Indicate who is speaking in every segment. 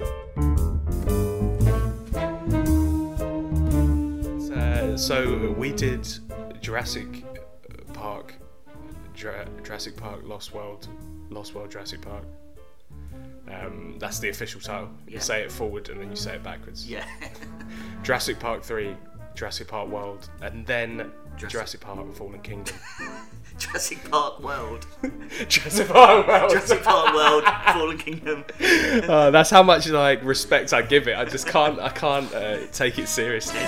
Speaker 1: Uh, so we did Jurassic Park, Jura- Jurassic Park, Lost World, Lost World, Jurassic Park. Um, that's the official title. You
Speaker 2: Yeah.
Speaker 1: say it forward and then you say it backwards.
Speaker 2: Yeah.
Speaker 1: Jurassic Park Three, Jurassic Park World, and then Jurassic,
Speaker 2: Jurassic-
Speaker 1: Park Fallen Kingdom.
Speaker 2: Jurassic Park World.
Speaker 1: Jurassic Park World.
Speaker 2: Jurassic Park World, Fallen Kingdom.
Speaker 1: Uh, that's how much like respect I give it. I just can't. I can't uh, take it seriously.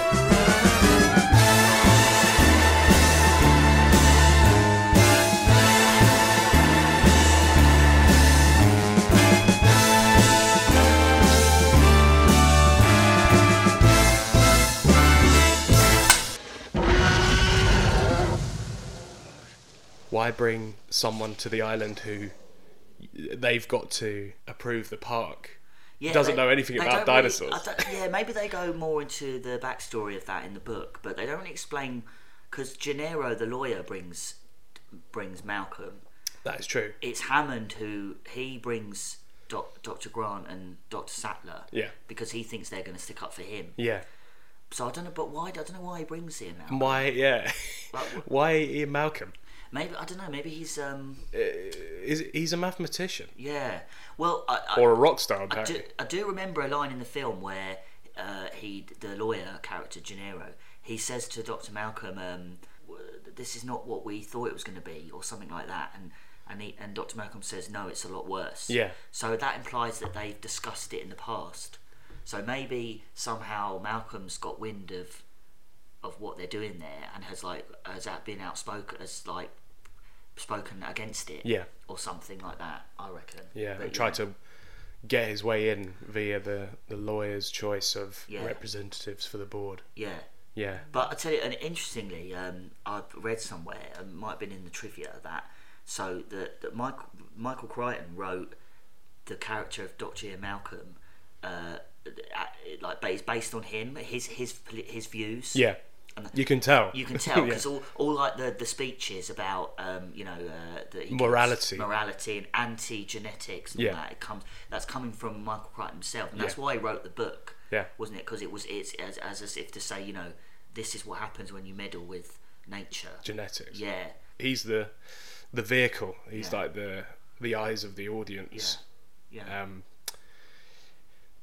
Speaker 1: Why bring someone to the island who they've got to approve the park?
Speaker 2: Yeah,
Speaker 1: Doesn't know anything
Speaker 2: they
Speaker 1: about
Speaker 2: don't really-
Speaker 1: dinosaurs.
Speaker 2: I don't- yeah, maybe they go more into the backstory of that in the book, but they don't really explain because Gennaro, the lawyer, brings brings Malcolm.
Speaker 1: That is true.
Speaker 2: It's Hammond who he brings Doc, Dr. Grant and Dr. Sattler.
Speaker 1: Yeah.
Speaker 2: Because he thinks they're going to stick up for him.
Speaker 1: Yeah.
Speaker 2: So I don't know, but why? I don't know why he brings him now.
Speaker 1: Why? Yeah. Why Ian Malcolm? Uh,
Speaker 2: Maybe I don't know. Maybe he's um
Speaker 1: Is he's a mathematician
Speaker 2: yeah. Well, I, I,
Speaker 1: or a rock star?
Speaker 2: I do,
Speaker 1: Apparently.
Speaker 2: I do remember a line in the film where uh, he, the lawyer character, Gennaro, he says to Dr. Malcolm, um, w- "This is not what we thought it was going to be," or something like that, and and he, and Dr. Malcolm says, "No, it's a lot worse."
Speaker 1: Yeah.
Speaker 2: So that implies that they've discussed it in the past. So maybe somehow Malcolm's got wind of of what they're doing there and has like has out- been outspoken has like spoken against it
Speaker 1: Yeah.
Speaker 2: or something like that i reckon
Speaker 1: Yeah.
Speaker 2: But
Speaker 1: and tried to get his way in via the the lawyer's choice of
Speaker 2: Yeah.
Speaker 1: representatives for the board.
Speaker 2: yeah
Speaker 1: Yeah.
Speaker 2: But I tell you, and interestingly, um, I've read somewhere, and might have been in the trivia that so that, that Michael Michael Crichton wrote the character of Doctor Ian Malcolm, uh, at- like but it's based on him, his his poli- his views.
Speaker 1: Yeah. You can tell.
Speaker 2: You can tell
Speaker 1: Yeah.
Speaker 2: because all, all like the, the speeches about um, you know uh, that he gives,
Speaker 1: Morality.
Speaker 2: morality and anti genetics and all
Speaker 1: Yeah.
Speaker 2: that it comes that's coming from Michael Crichton himself and that's
Speaker 1: Yeah.
Speaker 2: why he wrote the book
Speaker 1: Yeah.
Speaker 2: wasn't it because it was it's as, as as if to say you know this is what happens when you meddle with nature
Speaker 1: Genetics.
Speaker 2: yeah
Speaker 1: He's the the vehicle. He's
Speaker 2: Yeah.
Speaker 1: like the the eyes of the audience.
Speaker 2: yeah
Speaker 1: Um.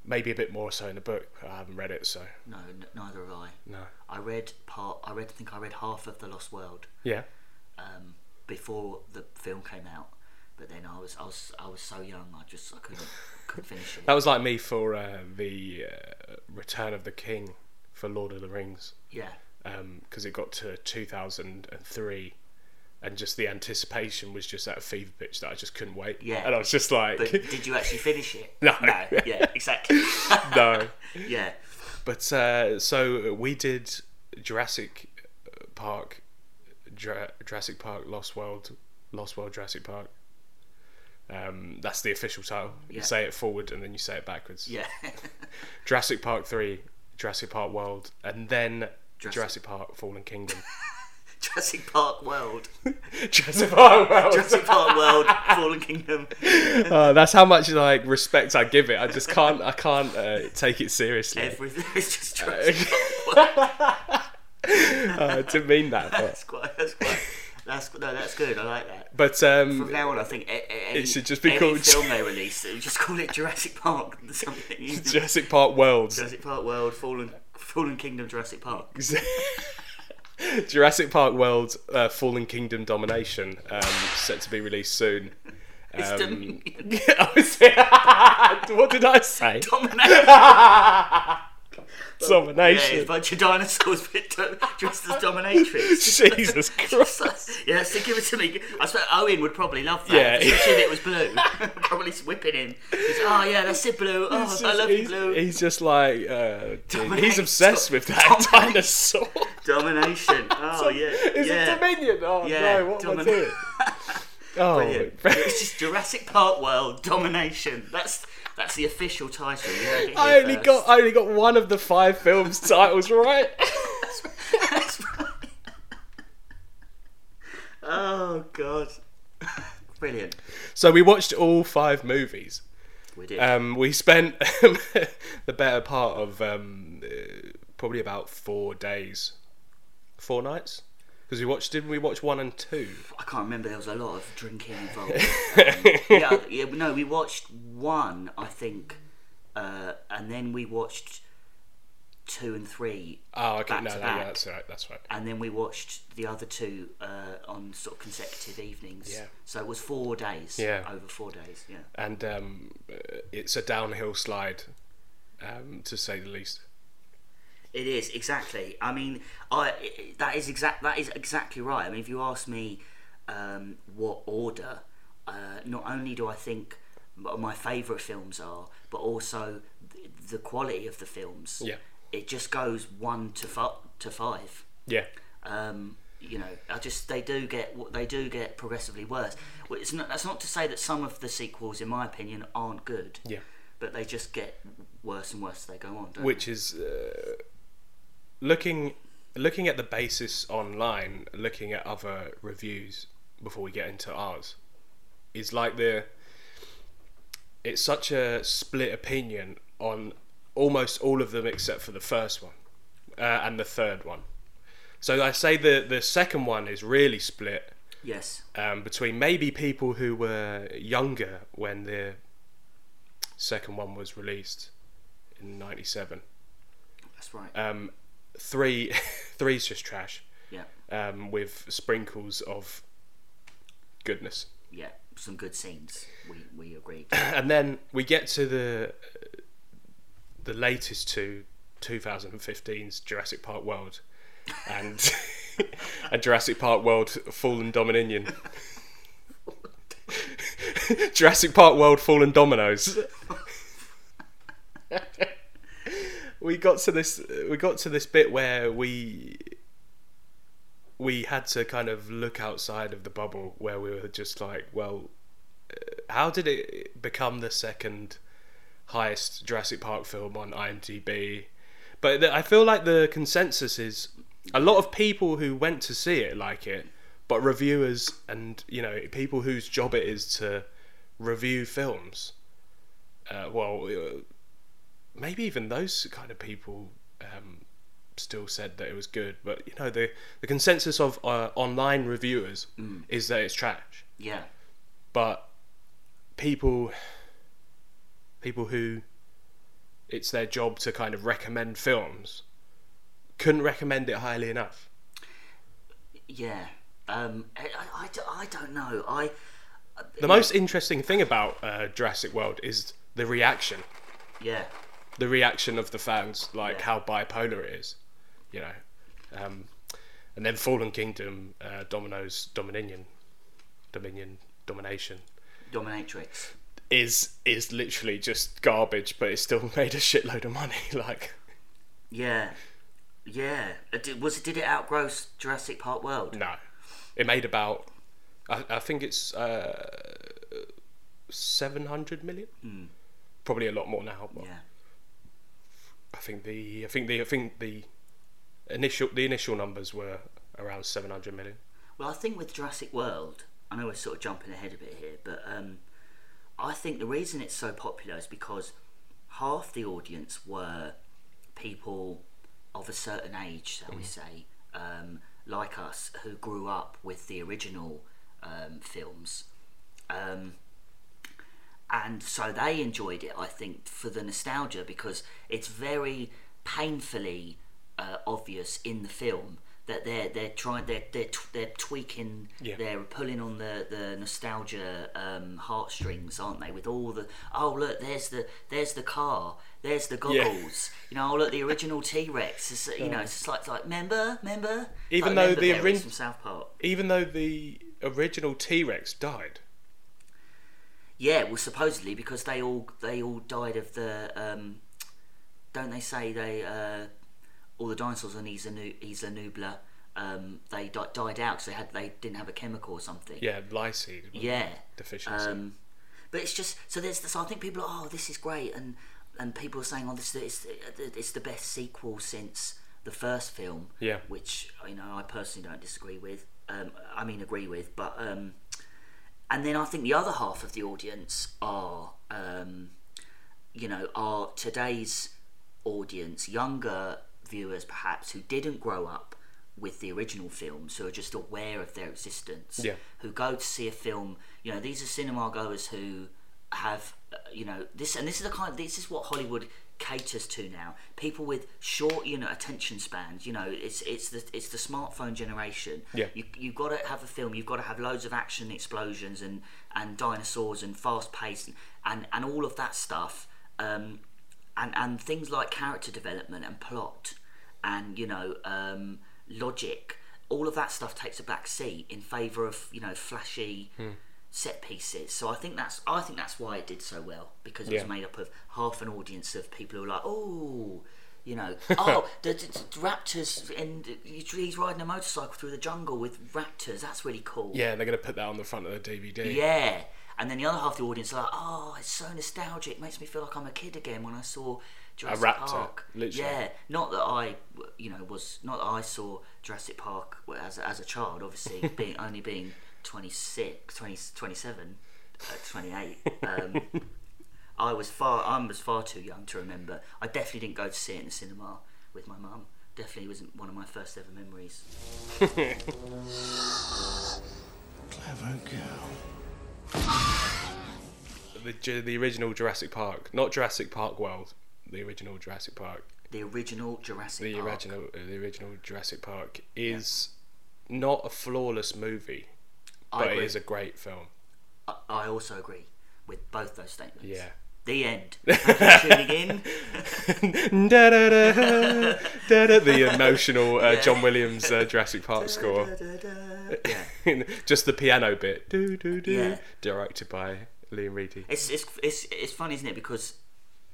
Speaker 1: Maybe a bit more so in the book. I haven't read it, so
Speaker 2: no n- neither have I
Speaker 1: no.
Speaker 2: I read part I read I think I read half of the Lost World
Speaker 1: Yeah.
Speaker 2: um, before the film came out but then I was I was I was so young I just I couldn't couldn't finish it
Speaker 1: That was like me for uh, the uh, Return of the King for Lord of the Rings
Speaker 2: yeah.
Speaker 1: because it got to 2003 and just the anticipation was just at a fever pitch that I just couldn't wait.
Speaker 2: Yeah.
Speaker 1: And I was just like,
Speaker 2: But did you actually finish it?
Speaker 1: No.
Speaker 2: Yeah, exactly.
Speaker 1: no.
Speaker 2: yeah.
Speaker 1: But uh, so we did Jurassic Park, Jura- Jurassic Park, Lost World, Lost World, Jurassic Park. Um, that's the official title. You
Speaker 2: Yeah.
Speaker 1: say it forward and then you say it backwards.
Speaker 2: Yeah.
Speaker 1: Jurassic Park 3, Jurassic Park World, and then Jurassic,
Speaker 2: Jurassic-
Speaker 1: Park Fallen Kingdom.
Speaker 2: Jurassic Park World.
Speaker 1: Jurassic Park World.
Speaker 2: Jurassic Park World, Fallen Kingdom.
Speaker 1: Uh, that's how much like respect I give it. I just can't. I can't uh, take it seriously.
Speaker 2: Everything is just Jurassic Park World.
Speaker 1: Uh, I didn't mean that. But,
Speaker 2: That's quite, that's quite, that's, no, that's good. I like that.
Speaker 1: but
Speaker 2: From
Speaker 1: um,
Speaker 2: now on, I think a- a- any,
Speaker 1: It should just be
Speaker 2: any
Speaker 1: called-
Speaker 2: film they release, they just call it Jurassic Park or something.
Speaker 1: Jurassic Park World,
Speaker 2: Jurassic Park World, Fallen, Fallen Kingdom, Jurassic
Speaker 1: Um,
Speaker 2: Park.
Speaker 1: Jurassic Park World, uh, Fallen Kingdom Domination, um, set to be released soon.
Speaker 2: It's
Speaker 1: Um,
Speaker 2: Dominion.
Speaker 1: I was- what did I say?
Speaker 2: Domination. Yeah, it's a
Speaker 1: Domination.
Speaker 2: bunch of dinosaurs but do- dressed as dominatrix.
Speaker 1: Jesus Christ.
Speaker 2: yeah, so give it to me. I suppose Owen would probably love that,
Speaker 1: Yeah.
Speaker 2: especially if it was blue. probably whipping him. He's, oh yeah, that's it, blue. Oh,
Speaker 1: He's
Speaker 2: I
Speaker 1: just-
Speaker 2: love you,
Speaker 1: he's-
Speaker 2: blue.
Speaker 1: He's just like uh, dude, he's
Speaker 2: Dominate.
Speaker 1: obsessed with that
Speaker 2: Dominate.
Speaker 1: dinosaur.
Speaker 2: Domination. Oh yeah,
Speaker 1: Is
Speaker 2: yeah.
Speaker 1: it Dominion? Oh
Speaker 2: Yeah,
Speaker 1: no, what am I
Speaker 2: Domin-
Speaker 1: doing? Oh,
Speaker 2: Brilliant. it's just Jurassic Park World Domination. That's that's the official title. You heard it here
Speaker 1: I only
Speaker 2: first.
Speaker 1: got I only got one of the five films titles right.
Speaker 2: That's right. oh god, brilliant.
Speaker 1: so we watched all five movies.
Speaker 2: We did.
Speaker 1: Um, we spent the better part of um, uh, probably about four days Four nights? Because we watched, didn't we watch one and two?
Speaker 2: I can't remember. There was a lot of drinking involved. Um, yeah, yeah, no, we watched one, I think, uh, and then we watched two and three,
Speaker 1: Oh, okay,
Speaker 2: Back
Speaker 1: no,
Speaker 2: to
Speaker 1: no,
Speaker 2: back.
Speaker 1: yeah, that's right, that's right.
Speaker 2: and then we watched the other two uh, on sort of consecutive evenings.
Speaker 1: Yeah.
Speaker 2: So it was four days.
Speaker 1: Yeah.
Speaker 2: Over four days. Yeah.
Speaker 1: And um, uh, it's a downhill slide, um, to say the least.
Speaker 2: It is exactly. I mean, I that is exact. That is exactly right. I mean, if you ask me, um, what order? Uh, not only do I think m- my favourite films are, but also th- the quality of the films.
Speaker 1: Yeah.
Speaker 2: It just goes one to fi- to five.
Speaker 1: Yeah,
Speaker 2: Um, you know, I just they do get they do get progressively worse. Well, it's not, that's not to say that some of the sequels, in my opinion, aren't good.
Speaker 1: yeah.
Speaker 2: But they just get worse and worse as they go on. Don't
Speaker 1: Which is uh, looking looking at the basis online, looking at other reviews before we get into ours, is like the it's such a split opinion on almost all of them except for the first one uh, and the third one. So I say the the second one is really split
Speaker 2: they? Yes.
Speaker 1: um, between maybe people who were younger when the second one was released in '97.
Speaker 2: That's right.
Speaker 1: Um, three, three's just trash
Speaker 2: Yeah,
Speaker 1: um, with sprinkles of goodness.
Speaker 2: yeah, some good scenes. We we agreed.
Speaker 1: and then we get to the uh, the latest two 2015's Jurassic Park World and and Jurassic Park World Fallen Dominion. Jurassic Park World Fallen Dominoes. we got to this we got to this bit where we we had to kind of look outside of the bubble where we were just like, well, how did it become the second highest Jurassic Park film on IMDb? But the, I feel like the consensus is a lot of people who went to see it like it, but reviewers and you know people whose job it is to review films. Uh, well, uh, maybe even those kind of people um, still said that it was good, but you know the the consensus of uh, online reviewers is that it's trash
Speaker 2: Yeah,
Speaker 1: but people people who it's their job to kind of recommend films couldn't recommend it highly enough
Speaker 2: yeah. Um, I, I, I, do- I don't know. I
Speaker 1: the most interesting thing about uh, Jurassic World is the reaction
Speaker 2: yeah,
Speaker 1: the reaction of the fans like
Speaker 2: Yeah.
Speaker 1: how bipolar it is you know um, and then Fallen Kingdom uh, Domino's Dominion Dominion Domination
Speaker 2: Dominatrix.
Speaker 1: is is literally just garbage but it still made a shitload of money like
Speaker 2: Yeah, yeah. Uh, Did, was it? Did it outgross Jurassic Park World?
Speaker 1: No, it made about. I, I think it's uh, seven hundred million. Probably a lot more now. But
Speaker 2: Hmm. Yeah,
Speaker 1: I think the I think the I think the initial the initial numbers were around seven hundred million.
Speaker 2: Well, I think with Jurassic World, I know we're sort of jumping ahead a bit here, but um, I think the reason it's so popular is because half the audience were people of a certain age, shall we say, um, like us, who grew up with the original um, films. Um, and so they enjoyed it, I think, for the nostalgia because it's very painfully uh, obvious in the film that they're they're trying they're they're, t- they're tweaking
Speaker 1: Yeah.
Speaker 2: they're pulling on the the nostalgia um, heartstrings, aren't they? With all the oh look, there's the there's the car, there's the
Speaker 1: Yeah.
Speaker 2: goggles, you know, oh look, the original T Rex, It's, you know, it's just like it's like member member.
Speaker 1: Even
Speaker 2: like,
Speaker 1: though
Speaker 2: remember
Speaker 1: the
Speaker 2: Berries
Speaker 1: orig-
Speaker 2: from South Park,
Speaker 1: Even though the original T Rex died.
Speaker 2: yeah, well supposedly because they all they all died of the um, don't they say they uh, all the dinosaurs on Isla, nu- Isla Nubla um, they di- died out because they had they didn't have a chemical or something.
Speaker 1: Yeah, lysine
Speaker 2: Yeah.
Speaker 1: deficiency.
Speaker 2: Um, but it's just so there's so I think people are oh this is great and and people are saying oh this is it's the best sequel since the first film
Speaker 1: Yeah.
Speaker 2: which you know I personally don't disagree with um, I mean agree with but um, and then I think the other half of the audience are um, you know are today's audience younger viewers perhaps who didn't grow up with the original films who are just aware of their existence,
Speaker 1: Yeah.
Speaker 2: who go to see a film. You know, these are cinema goers who have, uh, you know, this and this is the kind. This is what Hollywood caters to now. People with short, you know, attention spans. You know, it's it's the it's the smartphone generation.
Speaker 1: Yeah.
Speaker 2: You you've got to have a film. You've got to have loads of action, explosions, and and dinosaurs, and fast pace, and, and and all of that stuff. Um, and and things like character development and plot, and you know um, logic. All of that stuff takes a back seat in favour of you know flashy. Set pieces, so I think that's I think that's why it did so well because it
Speaker 1: Yeah.
Speaker 2: was made up of half an audience of people who are like, oh, you know, oh, the, the, the raptors, and he's riding a motorcycle through the jungle with raptors. That's really cool.
Speaker 1: Yeah, they're going to put that on the front of the DVD.
Speaker 2: Yeah. And then the other half of the audience are like, oh, it's so nostalgic. Makes me feel like I'm a kid again when I saw Jurassic
Speaker 1: raptor,
Speaker 2: Park.
Speaker 1: literally.
Speaker 2: Yeah. Not that I, you know, was not that I saw Jurassic Park as as a child. Obviously, being only being 26, 20, 27, uh, 28. Um, I was far. I was far too young to remember. I definitely didn't go to see it in the cinema with my mum. Definitely wasn't one of my first ever memories.
Speaker 3: Clever girl.
Speaker 1: The, ju- the original Jurassic Park, not Jurassic Park World, the original Jurassic Park.
Speaker 2: The original Jurassic
Speaker 1: The
Speaker 2: Park.
Speaker 1: original, uh, the original Jurassic Park is not a flawless movie,
Speaker 2: I
Speaker 1: but it
Speaker 2: agree.
Speaker 1: is a great film.
Speaker 2: I- I also agree with both those statements.
Speaker 1: Yeah.
Speaker 2: The end. Thank you for tuning in.
Speaker 1: Da-da-da, da-da, the emotional uh, John Williams uh, Jurassic Park score.
Speaker 2: Yeah.
Speaker 1: Just the piano bit. Do, do, do.
Speaker 2: Yeah.
Speaker 1: Directed by Liam Reedy.
Speaker 2: It's, it's it's it's funny, isn't it? Because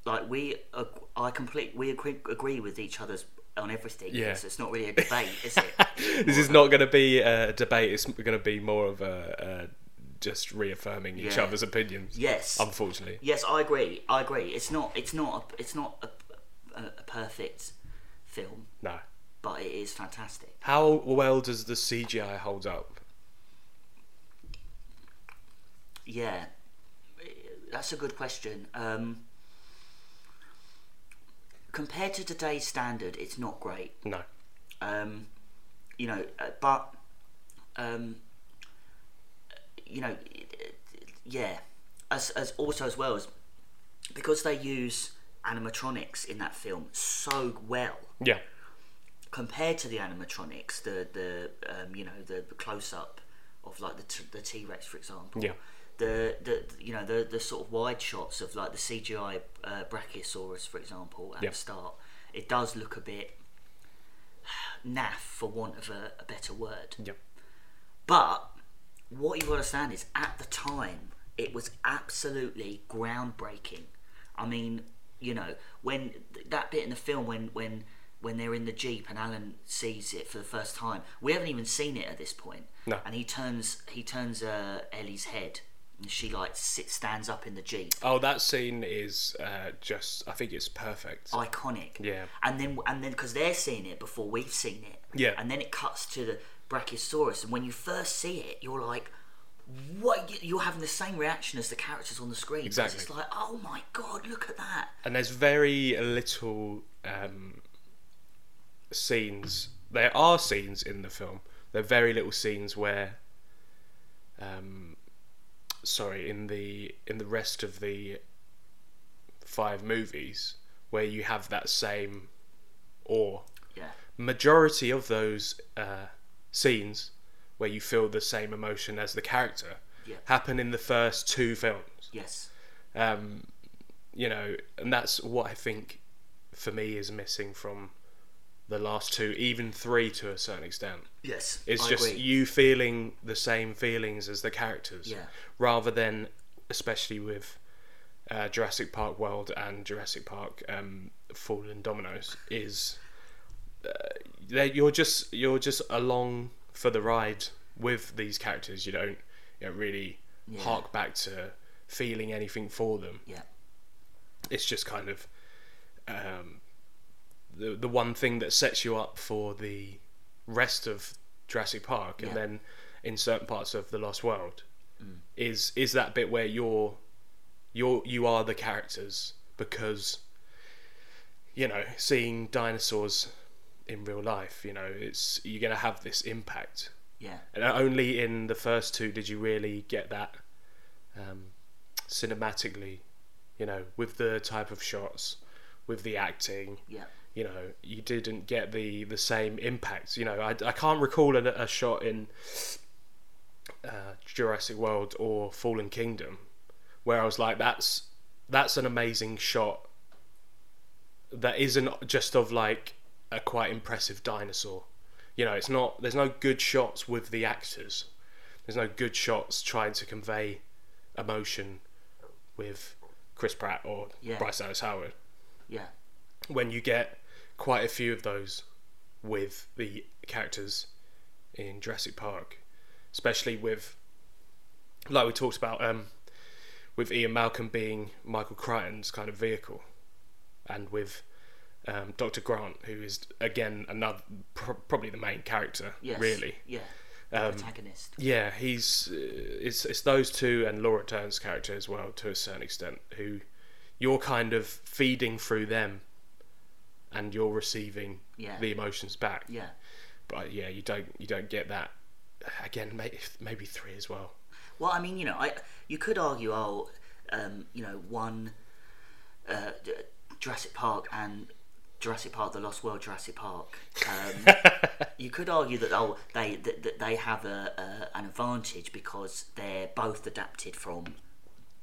Speaker 2: like we ag- I complete we agree, agree with each other's on everything.
Speaker 1: Yeah.
Speaker 2: So it's not really a debate, is it?
Speaker 1: this is not going to be a debate. It's going to be more of a, a just reaffirming each
Speaker 2: Yeah.
Speaker 1: other's opinions.
Speaker 2: Yes.
Speaker 1: Unfortunately.
Speaker 2: Yes, I agree. I agree. It's not it's not a, it's not a, a, a perfect film,
Speaker 1: No.
Speaker 2: but it is fantastic.
Speaker 1: How well does the CGI hold up?
Speaker 2: Yeah, that's a good question. Um, compared to today's standard, it's not great.
Speaker 1: No.
Speaker 2: Um, you know, uh, but um, you know, it- it- yeah. As, as also as well as because they use animatronics in that film so well
Speaker 1: Yeah.
Speaker 2: compared to the animatronics, the the um, you know the, the close up of like the t- the T Rex, for example.
Speaker 1: Yeah.
Speaker 2: The, the you know the the sort of wide shots of like the CGI uh, Brachiosaurus, for example, at
Speaker 1: Yeah.
Speaker 2: the start, it does look a bit naff for want of a, a better word.
Speaker 1: Yeah.
Speaker 2: But what you've got to understand is at the time, it was absolutely groundbreaking. I mean, you know, when th- that bit in the film when when when they're in the jeep and Alan sees it for the first time, we haven't even seen it at this point.
Speaker 1: No.
Speaker 2: And he turns he turns uh, Ellie's head, and she like sits stands up in the jeep.
Speaker 1: Oh, that scene is uh, just. I think it's perfect.
Speaker 2: Iconic.
Speaker 1: Yeah.
Speaker 2: And then and then because they're seeing it before we've seen it.
Speaker 1: Yeah.
Speaker 2: And then it cuts to the Brachiosaurus, and when you first see it, you're like, "What?" You- You're having the same reaction as the characters on the screen. 'cause It's
Speaker 1: Exactly.
Speaker 2: like, "Oh my god, look at that!"
Speaker 1: and there's very little um, scenes. There are scenes in the film. There are very little scenes where, um, sorry, in the in the rest of the five movies where you have that same awe.
Speaker 2: Yeah.
Speaker 1: Majority of those uh, scenes where you feel the same emotion as the character
Speaker 2: Yeah.
Speaker 1: happen in the first two films
Speaker 2: Yes.
Speaker 1: um, you know, and that's what I think for me is missing from the last two, even three to a certain extent.
Speaker 2: Yes.
Speaker 1: It's
Speaker 2: I
Speaker 1: just e-
Speaker 2: agree.
Speaker 1: you feeling the same feelings as the characters,
Speaker 2: Yeah.
Speaker 1: rather than, especially with uh, Jurassic Park World and Jurassic Park um, Fallen Dominoes, is uh, they- you're just you're just along for the ride with these characters. You don't you don't really hark back to feeling anything for them
Speaker 2: Yeah.
Speaker 1: it's just kind of um, the the one thing that sets you up for the rest of Jurassic Park, and
Speaker 2: Yeah.
Speaker 1: then in certain parts of the Lost World, is is that bit where you're you're you are the characters because you know seeing dinosaurs in real life. You know, it's you're gonna have this impact,
Speaker 2: yeah,
Speaker 1: and only in the first two did you really get that um, cinematically. You know, with the type of shots, with the acting,
Speaker 2: yeah.
Speaker 1: you know, you didn't get the the same impact. You know, I, I can't recall a, a shot in uh, Jurassic World or Fallen Kingdom where I was like, that's that's an amazing shot that isn't just of like a quite impressive dinosaur. You know, it's not. There's no good shots with the actors. There's no good shots trying to convey emotion with Chris Pratt or
Speaker 2: Yeah.
Speaker 1: Bryce Dallas Howard
Speaker 2: Yeah,
Speaker 1: when you get quite a few of those with the characters in Jurassic Park, especially with like we talked about um, with Ian Malcolm being Michael Crichton's kind of vehicle, and with um, Doctor Grant, who is again another pro- probably the main character,
Speaker 2: yes.
Speaker 1: really. Um,
Speaker 2: Yeah. Protagonist.
Speaker 1: Yeah, he's uh, it's it's those two and Laura Dern's character as well to a certain extent who you're kind of feeding through them and you're receiving
Speaker 2: Yeah.
Speaker 1: the emotions back.
Speaker 2: Yeah.
Speaker 1: But yeah, you don't you don't get that again maybe, maybe 3 as well.
Speaker 2: Well, I mean, you know, I you could argue, oh, um, you know, one uh, d- Jurassic Park and Jurassic Park: The Lost World, Jurassic Park. Um, you could argue that oh, they that, that they have a, a an advantage because they're both adapted from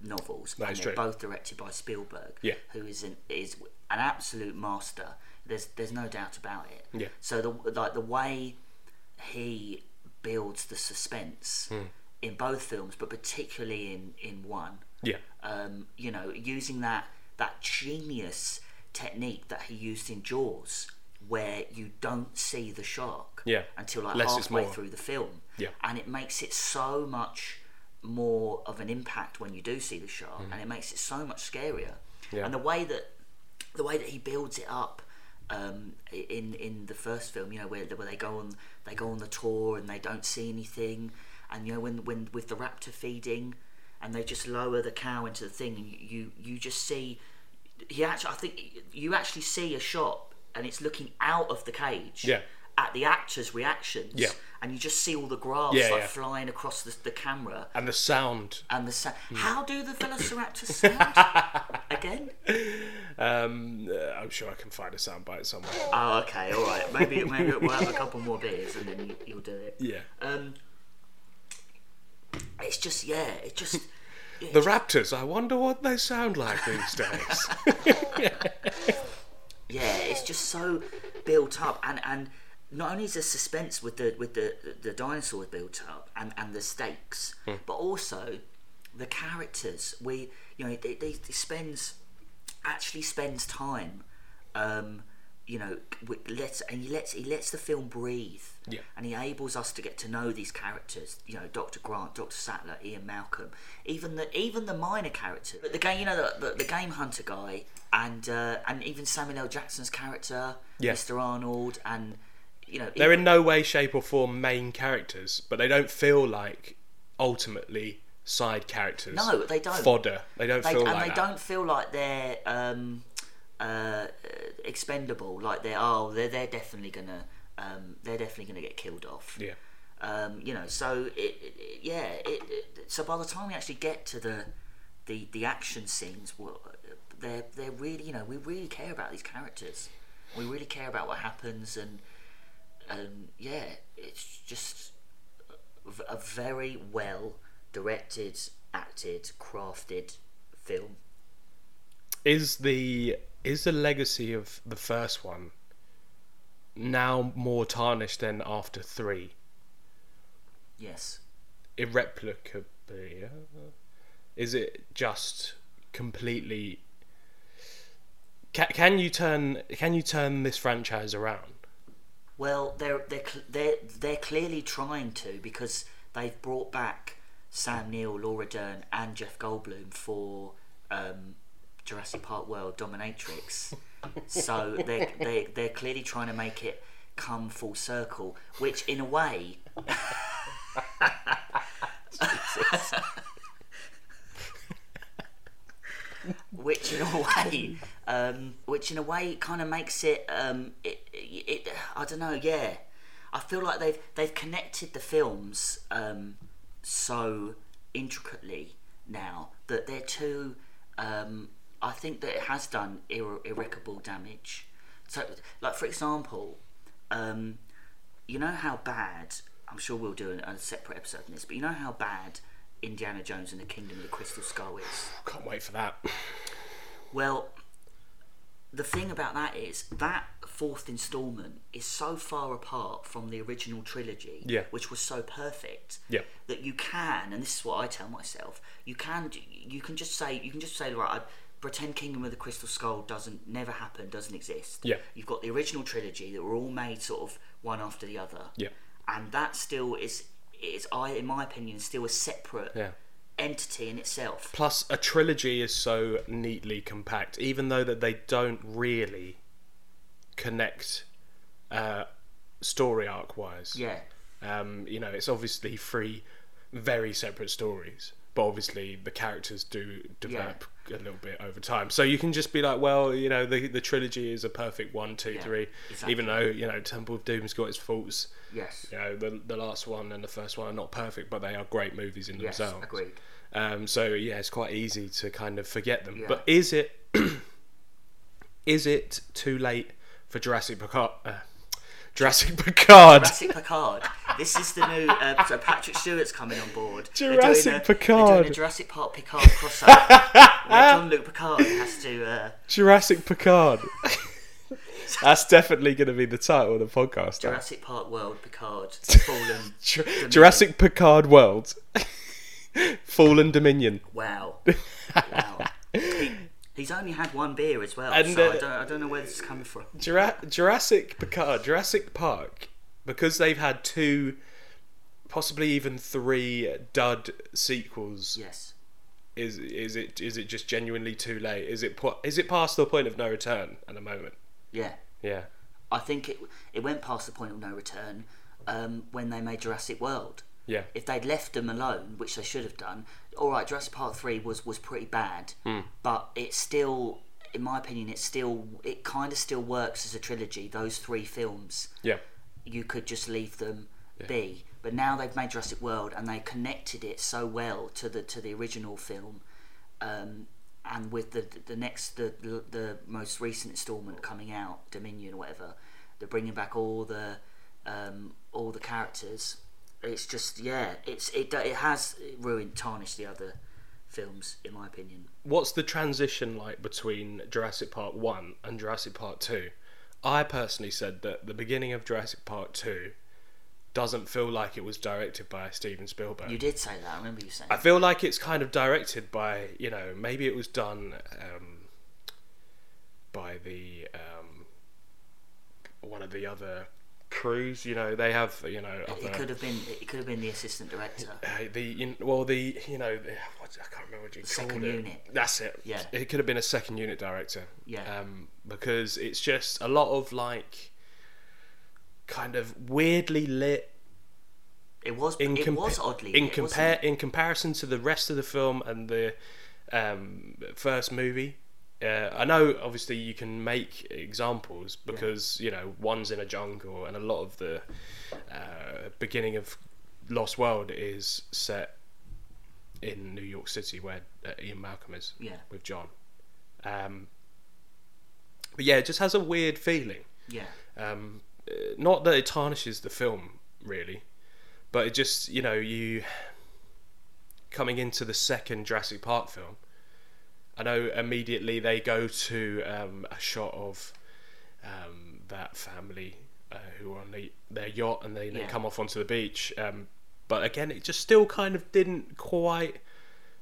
Speaker 2: novels
Speaker 1: That
Speaker 2: and
Speaker 1: is
Speaker 2: they're
Speaker 1: true.
Speaker 2: both directed by Spielberg,
Speaker 1: Yeah.
Speaker 2: who is an is an absolute master. There's there's no doubt about it.
Speaker 1: Yeah.
Speaker 2: So the like the way he builds the suspense
Speaker 1: Hmm.
Speaker 2: in both films, but particularly in in one.
Speaker 1: Yeah.
Speaker 2: Um, you know, using that that genius technique that he used in Jaws, where you don't see the shark
Speaker 1: Yeah.
Speaker 2: until like
Speaker 1: Less is
Speaker 2: halfway
Speaker 1: more.
Speaker 2: through the film,
Speaker 1: Yeah.
Speaker 2: and it makes it so much more of an impact when you do see the shark, and it makes it so much scarier.
Speaker 1: Mm-hmm. Yeah.
Speaker 2: And the way that the way that he builds it up um, in in the first film, you know, where, where they go on they go on the tour and they don't see anything, and you know when when with the raptor feeding, and they just lower the cow into the thing, and you you just see he actually I think you actually see a shot, and it's looking out of the cage.
Speaker 1: Yeah.
Speaker 2: At the actors' reactions,
Speaker 1: Yeah.
Speaker 2: and you just see all the grass
Speaker 1: Yeah,
Speaker 2: like
Speaker 1: yeah.
Speaker 2: flying across the, the camera,
Speaker 1: And the sound
Speaker 2: and the sound.
Speaker 1: Hmm.
Speaker 2: How do the velociraptors sound again?
Speaker 1: um uh, I'm sure I can find a soundbite somewhere.
Speaker 2: Oh, okay, all right. Maybe maybe we'll have a couple more beers and then you, you'll do it.
Speaker 1: Yeah.
Speaker 2: Um, it's just yeah, it just
Speaker 1: The raptors, I wonder what they sound like these days.
Speaker 2: yeah, it's just so built up and and not only is the suspense with the with the the dinosaurs built up and and the stakes,
Speaker 1: Hmm.
Speaker 2: but also the characters. We you know they, they, they spends actually spends time. Um, you know, with, lets and he lets he lets the film breathe,
Speaker 1: Yeah.
Speaker 2: and he enables us to get to know these characters. You know, Doctor Grant, Doctor Sattler, Ian Malcolm, even the even the minor character, the game you know the, the, the game hunter guy, and uh, and even Samuel L. Jackson's character,
Speaker 1: Yeah.
Speaker 2: Mr. Arnold, and you know
Speaker 1: They're in no way, shape, or form main characters, but they don't feel like ultimately side characters.
Speaker 2: No, they don't.
Speaker 1: Fodder. They don't
Speaker 2: they,
Speaker 1: feel
Speaker 2: and
Speaker 1: like
Speaker 2: they
Speaker 1: that.
Speaker 2: don't feel like they're um, uh, expendable. Like they're oh they're they're definitely gonna um, they're definitely gonna get killed off.
Speaker 1: Yeah,
Speaker 2: Um, you know, so it, it, it- yeah. It, it, so by the time we actually get to the the, the action scenes, well, they're they're really you know we really care about these characters. We really care about what happens, and and yeah, it's just a- a very well directed, acted, crafted film.
Speaker 1: is the is the legacy of the first one now more tarnished than after three?
Speaker 2: Yes.
Speaker 1: Irreplicably, uh, is it just completely? Can, can you turn can you turn this franchise around?
Speaker 2: Well, they're they're cl- they're they're clearly trying to because they've brought back Sam Neill, Laura Dern, and Jeff Goldblum for um, Jurassic Park World Dominatrix. so they they they're clearly trying to make it come full circle, which in a way. which in a way, um, which in a way, kind of makes it, um, it, it. I I don't know. Yeah, I feel like they've they've connected the films um, so intricately now that they're too. Um, I think that it has done irre- irreparable damage. So, like for example, um, you know how bad. I'm sure we'll do a, a separate episode on this, but you know how bad Indiana Jones and the Kingdom of the Crystal Skull is.
Speaker 1: Can't wait for that.
Speaker 2: Well, the thing about that is that fourth instalment is so far apart from the original trilogy,
Speaker 1: Yeah.
Speaker 2: which was so perfect,
Speaker 1: Yeah.
Speaker 2: that you can, and this is what I tell myself, you can, do- you can just say, you can just say, right, I pretend Kingdom of the Crystal Skull doesn't, never happened, doesn't exist.
Speaker 1: Yeah.
Speaker 2: You've got the original trilogy that were all made sort of one after the other.
Speaker 1: Yeah.
Speaker 2: And that still is, is I, in my opinion, is still a separate
Speaker 1: Yeah.
Speaker 2: entity in itself.
Speaker 1: Plus, a trilogy is so neatly compact, even though that they don't really connect uh, story arc wise.
Speaker 2: Yeah.
Speaker 1: Um, you know, it's obviously three very separate stories, but obviously the characters do develop a little bit over time. So you can just be like, well, you know, the the trilogy is a perfect one, two, three.
Speaker 2: Yeah, exactly.
Speaker 1: Even though you know Temple of Doom's got its faults.
Speaker 2: Yes.
Speaker 1: You know, the the last one and the first one are not perfect, but they are great movies in
Speaker 2: Yes,
Speaker 1: themselves.
Speaker 2: agreed.
Speaker 1: Um, so yeah, it's quite easy to kind of forget them.
Speaker 2: Yeah.
Speaker 1: But is it is it too late for Jurassic Picard? Uh, Jurassic Picard.
Speaker 2: Jurassic Picard. This is the new. Uh, so Patrick Stewart's coming on board. They're
Speaker 1: Jurassic
Speaker 2: doing a, They're
Speaker 1: Picard.
Speaker 2: doing a Jurassic Park Picard crossover. where John Luke Picard has to. Uh,
Speaker 1: Jurassic Picard. That's definitely going to be the title of the podcast. that.
Speaker 2: Jurassic Park World Picard Fallen.
Speaker 1: Ju-
Speaker 2: Dominion.
Speaker 1: Jurassic Picard World. Fallen Dominion.
Speaker 2: Wow. Wow. He- He's only had one beer as well,
Speaker 1: And,
Speaker 2: so
Speaker 1: uh,
Speaker 2: I, don't, I don't know where this is coming from.
Speaker 1: Jura- Jurassic Picard, Jurassic Park, because they've had two, possibly even three dud sequels.
Speaker 2: Yes.
Speaker 1: Is is it is it just genuinely too late? Is it po- is it past the point of no return at the moment?
Speaker 2: Yeah.
Speaker 1: Yeah.
Speaker 2: I think it it went past the point of no return um, when they made Jurassic World.
Speaker 1: Yeah.
Speaker 2: if they'd left them alone, which they should have done, all right, Jurassic Park three was was pretty bad, but it still, in my opinion, it still it kind of still works as a trilogy. Those three films,
Speaker 1: Yeah.
Speaker 2: you could just leave them be. But now they've made Jurassic World and they connected it so well to the to the original film, um, and with the the next the the, the most recent instalment coming out, Dominion or whatever, they're bringing back all the um, all the characters. It's just yeah, it's it do- it has ruined tarnished the other films in my opinion.
Speaker 1: what's the transition like between Jurassic Park 1 and Jurassic Park 2? I personally said that the beginning of Jurassic Park 2 doesn't feel like it was directed by Steven Spielberg.
Speaker 2: You did say that. I remember you saying.
Speaker 1: I feel like it's kind of directed by, you know, maybe it was done um, by the um, one of the other crews, you know, they have, you know, other,
Speaker 2: it could have been it could have been the assistant director.
Speaker 1: uh, the you kn- well the you know the, what, I can't remember what you called
Speaker 2: second
Speaker 1: it.
Speaker 2: unit.
Speaker 1: That's it.
Speaker 2: Yeah.
Speaker 1: It could have been a second unit director.
Speaker 2: Yeah.
Speaker 1: Um, because it's just a lot of like kind of weirdly lit
Speaker 2: It was
Speaker 1: in
Speaker 2: it
Speaker 1: compa-
Speaker 2: was oddly
Speaker 1: in
Speaker 2: it wasn't
Speaker 1: compare in comparison to the rest of the film and the um, first movie. Uh, I know, obviously, you can make examples because you know one's in a jungle, and a lot of the uh, beginning of Lost World is set in New York City, where uh, Ian Malcolm is
Speaker 2: Yeah.
Speaker 1: with John. Um, but yeah, it just has a weird feeling
Speaker 2: Yeah.
Speaker 1: um, uh, not that it tarnishes the film really, but it just you know you coming into the second Jurassic Park film. I know immediately they go to um, a shot of um, that family uh, who are on the, their yacht and they, they
Speaker 2: Yeah.
Speaker 1: come off onto the beach. Um, but again, it just still kind of didn't quite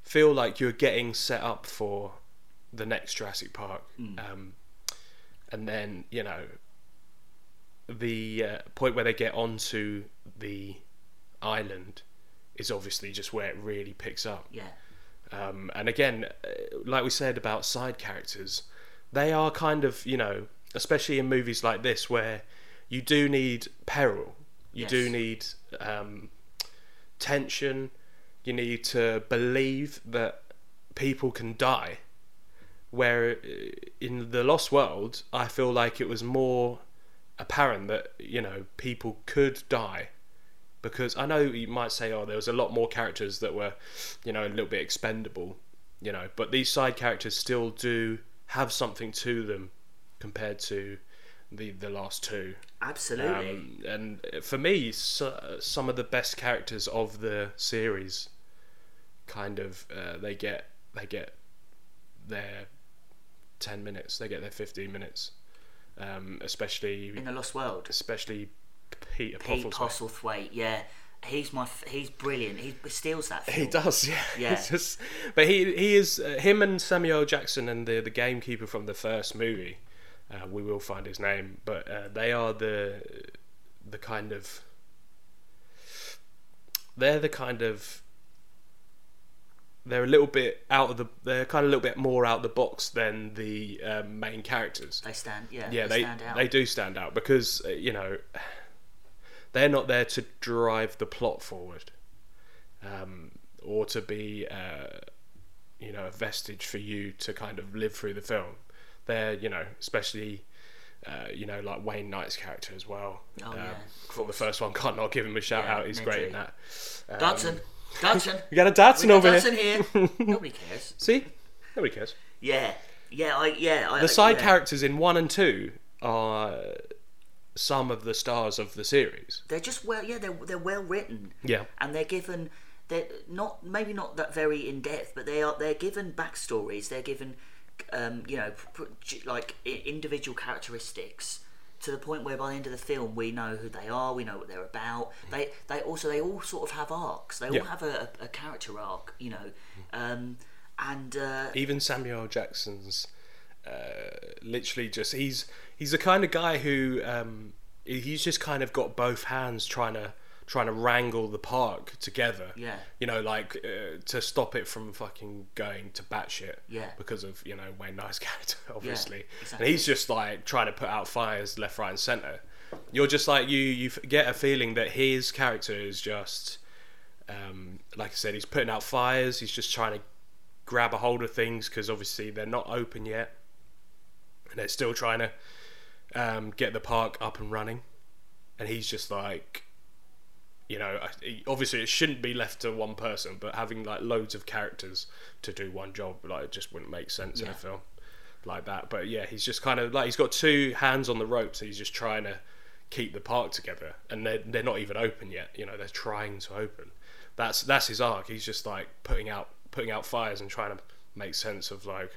Speaker 1: feel like you're getting set up for the next Jurassic Park. Um, and then, you know, the uh, point where they get onto the island is obviously just where it really picks up.
Speaker 2: Yeah.
Speaker 1: Um, and again, uh, like we said about side characters, they are kind of, you know, especially in movies like this where you do need peril, you
Speaker 2: Yes.
Speaker 1: do need um, tension, you need to believe that people can die. Where uh, in The Lost World, I feel like it was more apparent that you know people could die because I know you might say, oh, there was a lot more characters that were, you know, a little bit expendable, you know, but these side characters still do have something to them compared to the the last two.
Speaker 2: Absolutely.
Speaker 1: Um, and for me, so, some of the best characters of the series, kind of, uh, they get they get their ten minutes, they get their fifteen minutes, um, especially
Speaker 2: in the Lost World,
Speaker 1: especially Peter
Speaker 2: Pete
Speaker 1: Postlethwaite.
Speaker 2: Postlethwaite. Yeah, he's my f- he's brilliant. He steals that.
Speaker 1: He
Speaker 2: Film.
Speaker 1: does, yeah.
Speaker 2: Yeah.
Speaker 1: He's just, but he he is uh, him and Samuel Jackson and the the gamekeeper from the first movie. Uh, we will find his name, but uh, they are the the kind of they're the kind of they're a little bit out of the they're kind of a little bit more out of the box than the um, main characters
Speaker 2: They stand. Yeah.
Speaker 1: yeah,
Speaker 2: they,
Speaker 1: they
Speaker 2: stand out.
Speaker 1: they do stand out because uh, you know they're not there to drive the plot forward, um, or to be uh, you know a vestige for you to kind of live through the film. They're you know especially. Uh, you know, like Wayne Knight's character as well.
Speaker 2: Oh, yeah, of
Speaker 1: from the first one, can't not give him a shout
Speaker 2: Yeah,
Speaker 1: out. He's
Speaker 2: me
Speaker 1: great
Speaker 2: too.
Speaker 1: in that. Um,
Speaker 2: Dodson. Dodson.
Speaker 1: We got a Dodson
Speaker 2: We got
Speaker 1: over
Speaker 2: Dodson
Speaker 1: here.
Speaker 2: here. Nobody cares.
Speaker 1: See, nobody cares.
Speaker 2: Yeah. Yeah. I. Yeah. I,
Speaker 1: The side
Speaker 2: yeah.
Speaker 1: characters in one and two are some of the stars of the series.
Speaker 2: They're just well. Yeah. They're they're well written.
Speaker 1: Yeah.
Speaker 2: and they're given they're not maybe not that very in depth, but they are they're given backstories. They're given um, you know pr- pr- j- like i- individual characteristics to the point where by the end of the film we know who they are, we know what they're about. They they also they all sort of have arcs. They
Speaker 1: Yeah. Mm.
Speaker 2: all have a, a character arc, you know, um, and uh,
Speaker 1: Even Samuel Jackson's uh, literally just he's he's the kind of guy who um, he's just kind of got both hands trying to trying to wrangle the park together.
Speaker 2: Yeah.
Speaker 1: You know, like uh, to stop it from fucking going to batshit.
Speaker 2: Yeah.
Speaker 1: Because of you know Wayne Knight's character, obviously,
Speaker 2: exactly.
Speaker 1: and he's just like trying to put out fires left, right, and center. You're just like you you f- get a feeling that his character is just. um, like I said, he's putting out fires. He's just trying to grab a hold of things because obviously they're not open yet, and they're still trying to um, get the park up and running. And he's just like, you know, I- he- obviously it shouldn't be left to one person, but having like loads of characters to do one job, like it just wouldn't make sense in a
Speaker 2: Yeah.
Speaker 1: film like that. But yeah, he's just kind of like he's got two hands on the ropes. He's just trying to keep the park together, and they're they're not even open yet. You know, they're trying to open. That's that's his arc. He's just like putting out putting out fires and trying to make sense of like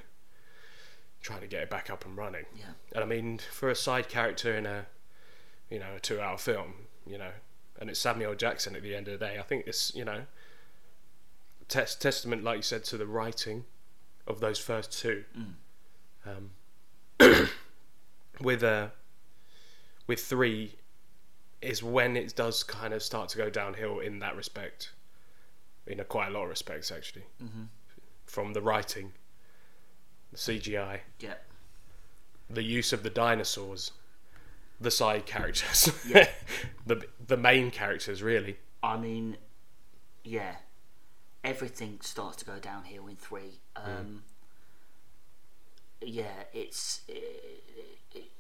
Speaker 1: trying to get it back up and running.
Speaker 2: Yeah.
Speaker 1: And I mean, for a side character in a you know a two-hour film, you know, and it's Samuel Jackson at the end of the day. I think it's you know tes- testament, like you said, to the writing of those first two. Um, with uh, with three is when it does kind of start to go downhill in that respect, in a quite a lot of respects actually, from the writing, the CGI,
Speaker 2: yeah,
Speaker 1: the use of the dinosaurs, the side characters,
Speaker 2: Yeah.
Speaker 1: the the main characters really.
Speaker 2: I mean, yeah, everything starts to go downhill in three. Um, Yeah, it's, it, it,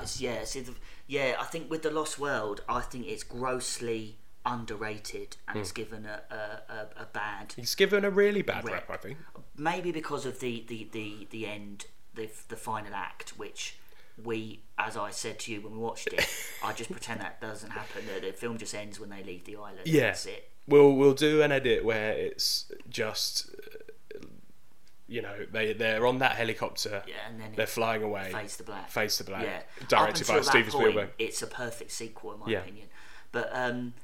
Speaker 2: it's yeah, it's either, yeah. I think with the Lost World, I think it's grossly underrated and it's given a a, a, a bad
Speaker 1: He's given a really bad
Speaker 2: Rep.
Speaker 1: rap, I think.
Speaker 2: maybe because of the the the, the end the the final act which we as i said to you when we watched it i just pretend that doesn't happen that the film just ends when they leave the island
Speaker 1: Yeah.
Speaker 2: that's it
Speaker 1: We'll we'll do an edit where it's just, uh, you know, they they're on that helicopter,
Speaker 2: Yeah, and then
Speaker 1: they're
Speaker 2: it
Speaker 1: flying away,
Speaker 2: Face the Black.
Speaker 1: Face the Black,
Speaker 2: Yeah. Up
Speaker 1: directed
Speaker 2: until
Speaker 1: by
Speaker 2: that
Speaker 1: Steven
Speaker 2: point,
Speaker 1: Spielberg.
Speaker 2: It's a perfect sequel, in my
Speaker 1: Yeah.
Speaker 2: opinion. But um,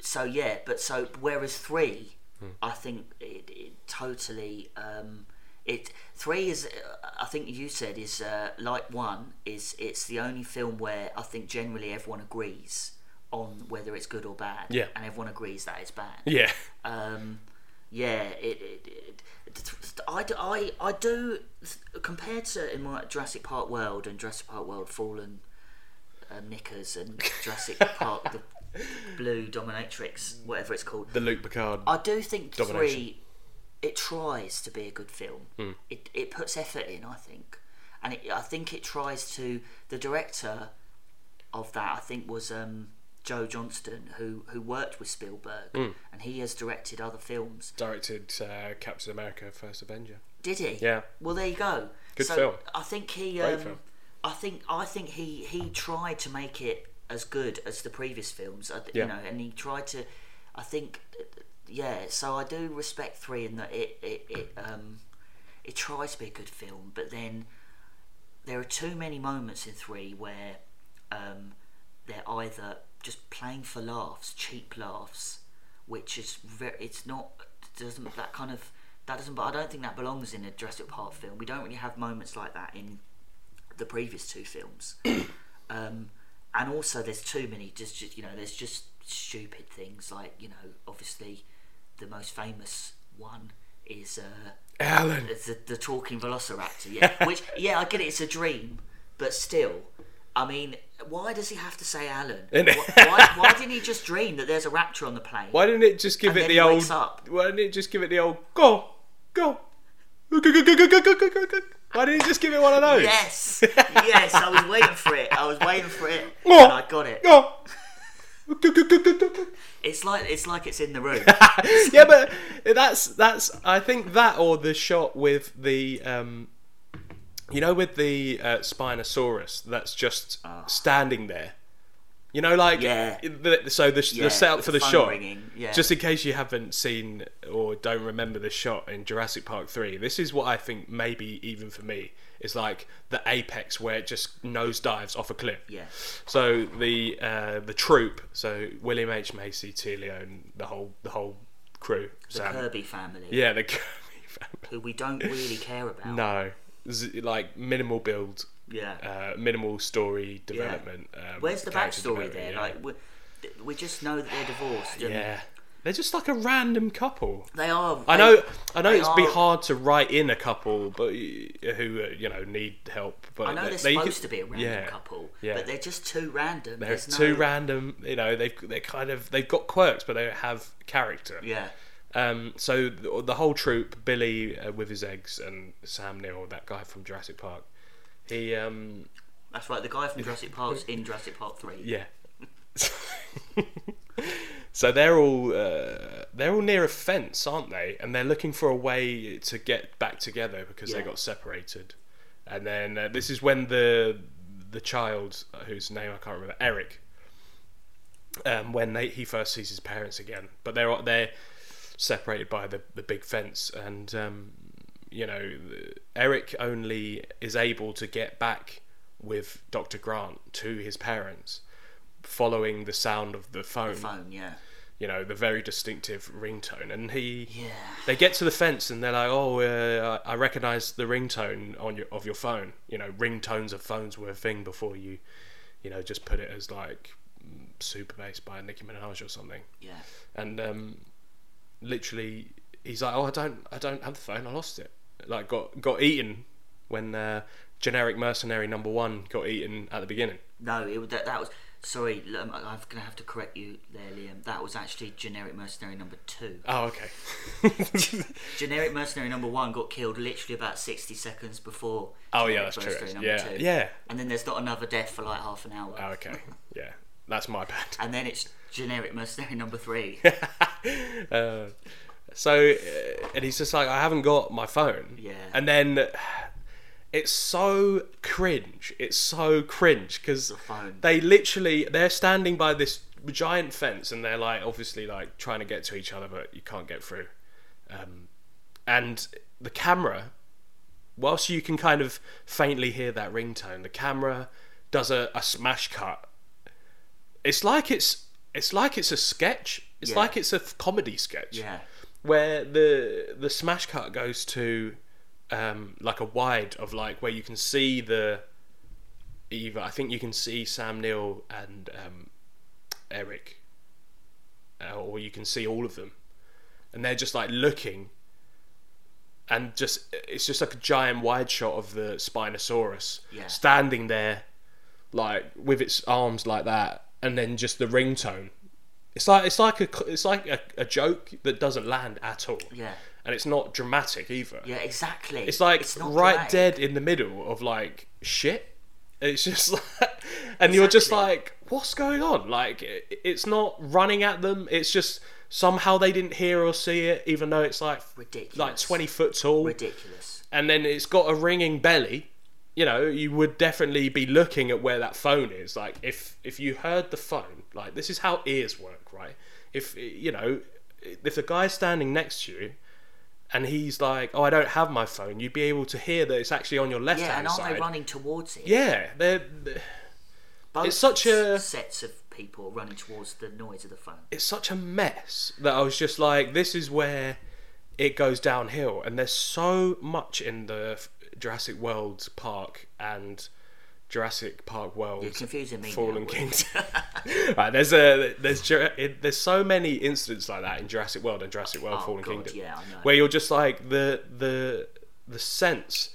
Speaker 2: so yeah, but so whereas three,
Speaker 1: Hmm.
Speaker 2: I think it, it totally um, it three is uh, I think you said is uh, like one is it's the only film where I think generally everyone agrees on whether it's good or bad.
Speaker 1: Yeah.
Speaker 2: and everyone agrees that it's bad.
Speaker 1: Yeah,
Speaker 2: Um, yeah, it. it, it it- I, d- I, I do compared to in my Jurassic Park World and Jurassic Park World Fallen uh, Knickers and Jurassic Park the Blue Dominatrix whatever it's called
Speaker 1: the Luke Picard.
Speaker 2: I do think
Speaker 1: Domination. Hmm.
Speaker 2: three it tries to be a good film it, it puts effort in I think and it, I think it tries to the director of that I think was um, Joe Johnston, who who worked with Spielberg,
Speaker 1: Hmm.
Speaker 2: and he has directed other films.
Speaker 1: Directed uh, Captain America: First Avenger.
Speaker 2: Did he?
Speaker 1: Yeah.
Speaker 2: Well, there you go.
Speaker 1: Good
Speaker 2: so
Speaker 1: film.
Speaker 2: I think he.
Speaker 1: Great
Speaker 2: Um,
Speaker 1: film.
Speaker 2: I think I think he he tried to make it as good as the previous films. I th-
Speaker 1: Yeah.
Speaker 2: You know, and he tried to. I think, yeah. So I do respect three in that it it it um it tries to be a good film, but then there are too many moments in three where um, they're either just playing for laughs, cheap laughs, which is very, it's not doesn't that kind of that doesn't. But I don't think that belongs in a Jurassic Park film. We don't really have moments like that in the previous two films. um, and also, there's too many just, just you know there's just stupid things like you know obviously the most famous one is. Uh,
Speaker 1: Alan.
Speaker 2: it's the, the talking velociraptor, yeah. Which, yeah, I get it. It's a dream, but still, I mean, why does he have to say Alan? Why, why, why didn't he just dream that there's a raptor on the plane?
Speaker 1: Why didn't it just give
Speaker 2: And
Speaker 1: it
Speaker 2: then
Speaker 1: the
Speaker 2: he
Speaker 1: old?
Speaker 2: wakes up.
Speaker 1: Why didn't it just give it the old go, go, go, go, go, go, go, go, go, go, go? Why didn't it just give it one of those?
Speaker 2: Yes, yes, I was waiting for it. I was waiting for it,
Speaker 1: Go,
Speaker 2: and I got it.
Speaker 1: Go. Go, go, go, go, go, go.
Speaker 2: It's like it's like it's in the room.
Speaker 1: yeah, but that's that's. I think that or the shot with the, um, you know, with the uh, Spinosaurus that's just standing there. You know, like
Speaker 2: Ah. Yeah.
Speaker 1: The, so the,
Speaker 2: Yeah,
Speaker 1: the setup
Speaker 2: with
Speaker 1: for
Speaker 2: the
Speaker 1: the,
Speaker 2: phone
Speaker 1: shot.
Speaker 2: ringing, yeah.
Speaker 1: Just in case you haven't seen or don't remember the shot in Jurassic Park three, this is what I think maybe even for me is like the apex where it just nose dives off a cliff.
Speaker 2: Yeah.
Speaker 1: So the uh, the troupe, so William H Macy, T. Leone, the whole the whole crew. Sam.
Speaker 2: Kirby family,
Speaker 1: Yeah, the Kirby family.
Speaker 2: who we don't really care about.
Speaker 1: No, Z- like minimal build,
Speaker 2: Yeah.
Speaker 1: uh, minimal story development. Um,
Speaker 2: Where's the
Speaker 1: character
Speaker 2: backstory
Speaker 1: development,
Speaker 2: there?
Speaker 1: yeah.
Speaker 2: Like we, we just know that they're divorced. And
Speaker 1: yeah, they're just like a random couple.
Speaker 2: They are.
Speaker 1: I
Speaker 2: they-
Speaker 1: know, I know,
Speaker 2: they
Speaker 1: it's be
Speaker 2: are-
Speaker 1: hard to write in a couple, but uh, who uh, you know need help. But
Speaker 2: I know
Speaker 1: they-
Speaker 2: they're
Speaker 1: they could-
Speaker 2: supposed to be a random
Speaker 1: yeah,
Speaker 2: couple,
Speaker 1: yeah.
Speaker 2: but they're just too random.
Speaker 1: They're
Speaker 2: There's
Speaker 1: too
Speaker 2: no,
Speaker 1: random. You know, they've they're kind of they've got quirks, but they don't have character.
Speaker 2: Yeah,
Speaker 1: Um, so the, the whole troop, Billy uh, with his eggs and Sam Neill, that guy from Jurassic Park. He, um,
Speaker 2: that's right. The guy from Jurassic Park's in Jurassic Park Three.
Speaker 1: yeah. so they're all uh, they're all near a fence, aren't they? And they're looking for a way to get back together because they
Speaker 2: Yeah.
Speaker 1: got separated. And then uh, this is when the the child uh, whose name I can't remember, Eric. Um, when they, he first sees his parents again, but they're they're separated by the the big fence, and um, you know the- Eric only is able to get back with Doctor Grant to his parents, following the sound of the phone.
Speaker 2: phone. Yeah,
Speaker 1: You know the very distinctive ringtone, and he
Speaker 2: yeah,
Speaker 1: they get to the fence and they're like, "Oh, uh, I recognise the ringtone on your of your phone." You know, ringtones of phones were a thing before you, you know, just put it as like super bass by Nicki Minaj or something.
Speaker 2: yeah.
Speaker 1: And um, literally, he's like, "Oh, I don't, I don't have the phone. I lost it. Like, got got eaten when uh, generic mercenary number one got eaten at the beginning."
Speaker 2: No, it, was- that that was. Sorry, l- um, I'm gonna have to correct you there, Liam. That was actually generic mercenary number two.
Speaker 1: Oh, okay.
Speaker 2: Generic mercenary number one got killed literally about sixty seconds before.
Speaker 1: oh yeah,
Speaker 2: generic
Speaker 1: that's true.
Speaker 2: mercenary number
Speaker 1: Yeah,
Speaker 2: two.
Speaker 1: yeah.
Speaker 2: And then there's not another death for like half an hour.
Speaker 1: Oh, okay. Yeah, that's my bad.
Speaker 2: And then it's generic mercenary number three.
Speaker 1: Uh, so, uh, and he's just like, I haven't got my phone.
Speaker 2: Yeah.
Speaker 1: And then uh, it's so cringe. It's so cringe because
Speaker 2: phone.
Speaker 1: they literally they're standing by this giant fence and they're like obviously like trying to get to each other, but you can't get through. Um, and the camera, whilst you can kind of faintly hear that ringtone, the camera does a, a smash cut. It's like it's it's like it's a sketch. It's
Speaker 2: Yeah.
Speaker 1: like it's a f- comedy sketch
Speaker 2: yeah,
Speaker 1: where the the smash cut goes to um, like a wide of like where you can see the either I think you can see Sam Neill and um, Eric, uh, or you can see all of them, and they're just like looking, and just it's just like a giant wide shot of the Spinosaurus
Speaker 2: Yeah.
Speaker 1: standing there, like with its arms like that, and then just the ringtone. It's like it's like a c- it's like a, a joke that doesn't land at all.
Speaker 2: Yeah.
Speaker 1: and it's not dramatic either.
Speaker 2: yeah, exactly.
Speaker 1: It's like
Speaker 2: not
Speaker 1: right
Speaker 2: dramatic.
Speaker 1: dead in the middle of like shit. It's just like, and you're just
Speaker 2: Exactly.
Speaker 1: like, what's going on? Like, it- it's not running at them. It's just somehow they didn't hear or see it, even though it's like
Speaker 2: Ridiculous.
Speaker 1: like twenty foot tall,
Speaker 2: Ridiculous.
Speaker 1: and then it's got a ringing belly. You know, you would definitely be looking at where that phone is. Like, if if you heard the phone, like this is how ears work, right? If you know, if the guy's standing next to you. And he's like, "Oh, I don't have my phone." You'd be able to hear that it's actually on your left-hand
Speaker 2: Yeah, and aren't
Speaker 1: side.
Speaker 2: they running towards it?
Speaker 1: Yeah, they're, they're-
Speaker 2: Both
Speaker 1: it's such a-
Speaker 2: sets of people running towards the noise of the phone.
Speaker 1: it's such a mess that I was just like, this is where it goes downhill, and there's so much in the f- Jurassic World Park and Jurassic Park World.
Speaker 2: You're confusing me. now,
Speaker 1: Fallen
Speaker 2: Will.
Speaker 1: Kings. right, there's a there's Jura- it- there's so many incidents like that in Jurassic World and Jurassic World
Speaker 2: Oh,
Speaker 1: Fallen
Speaker 2: God,
Speaker 1: Kingdom,
Speaker 2: yeah, I know.
Speaker 1: where you're just like the the the sense,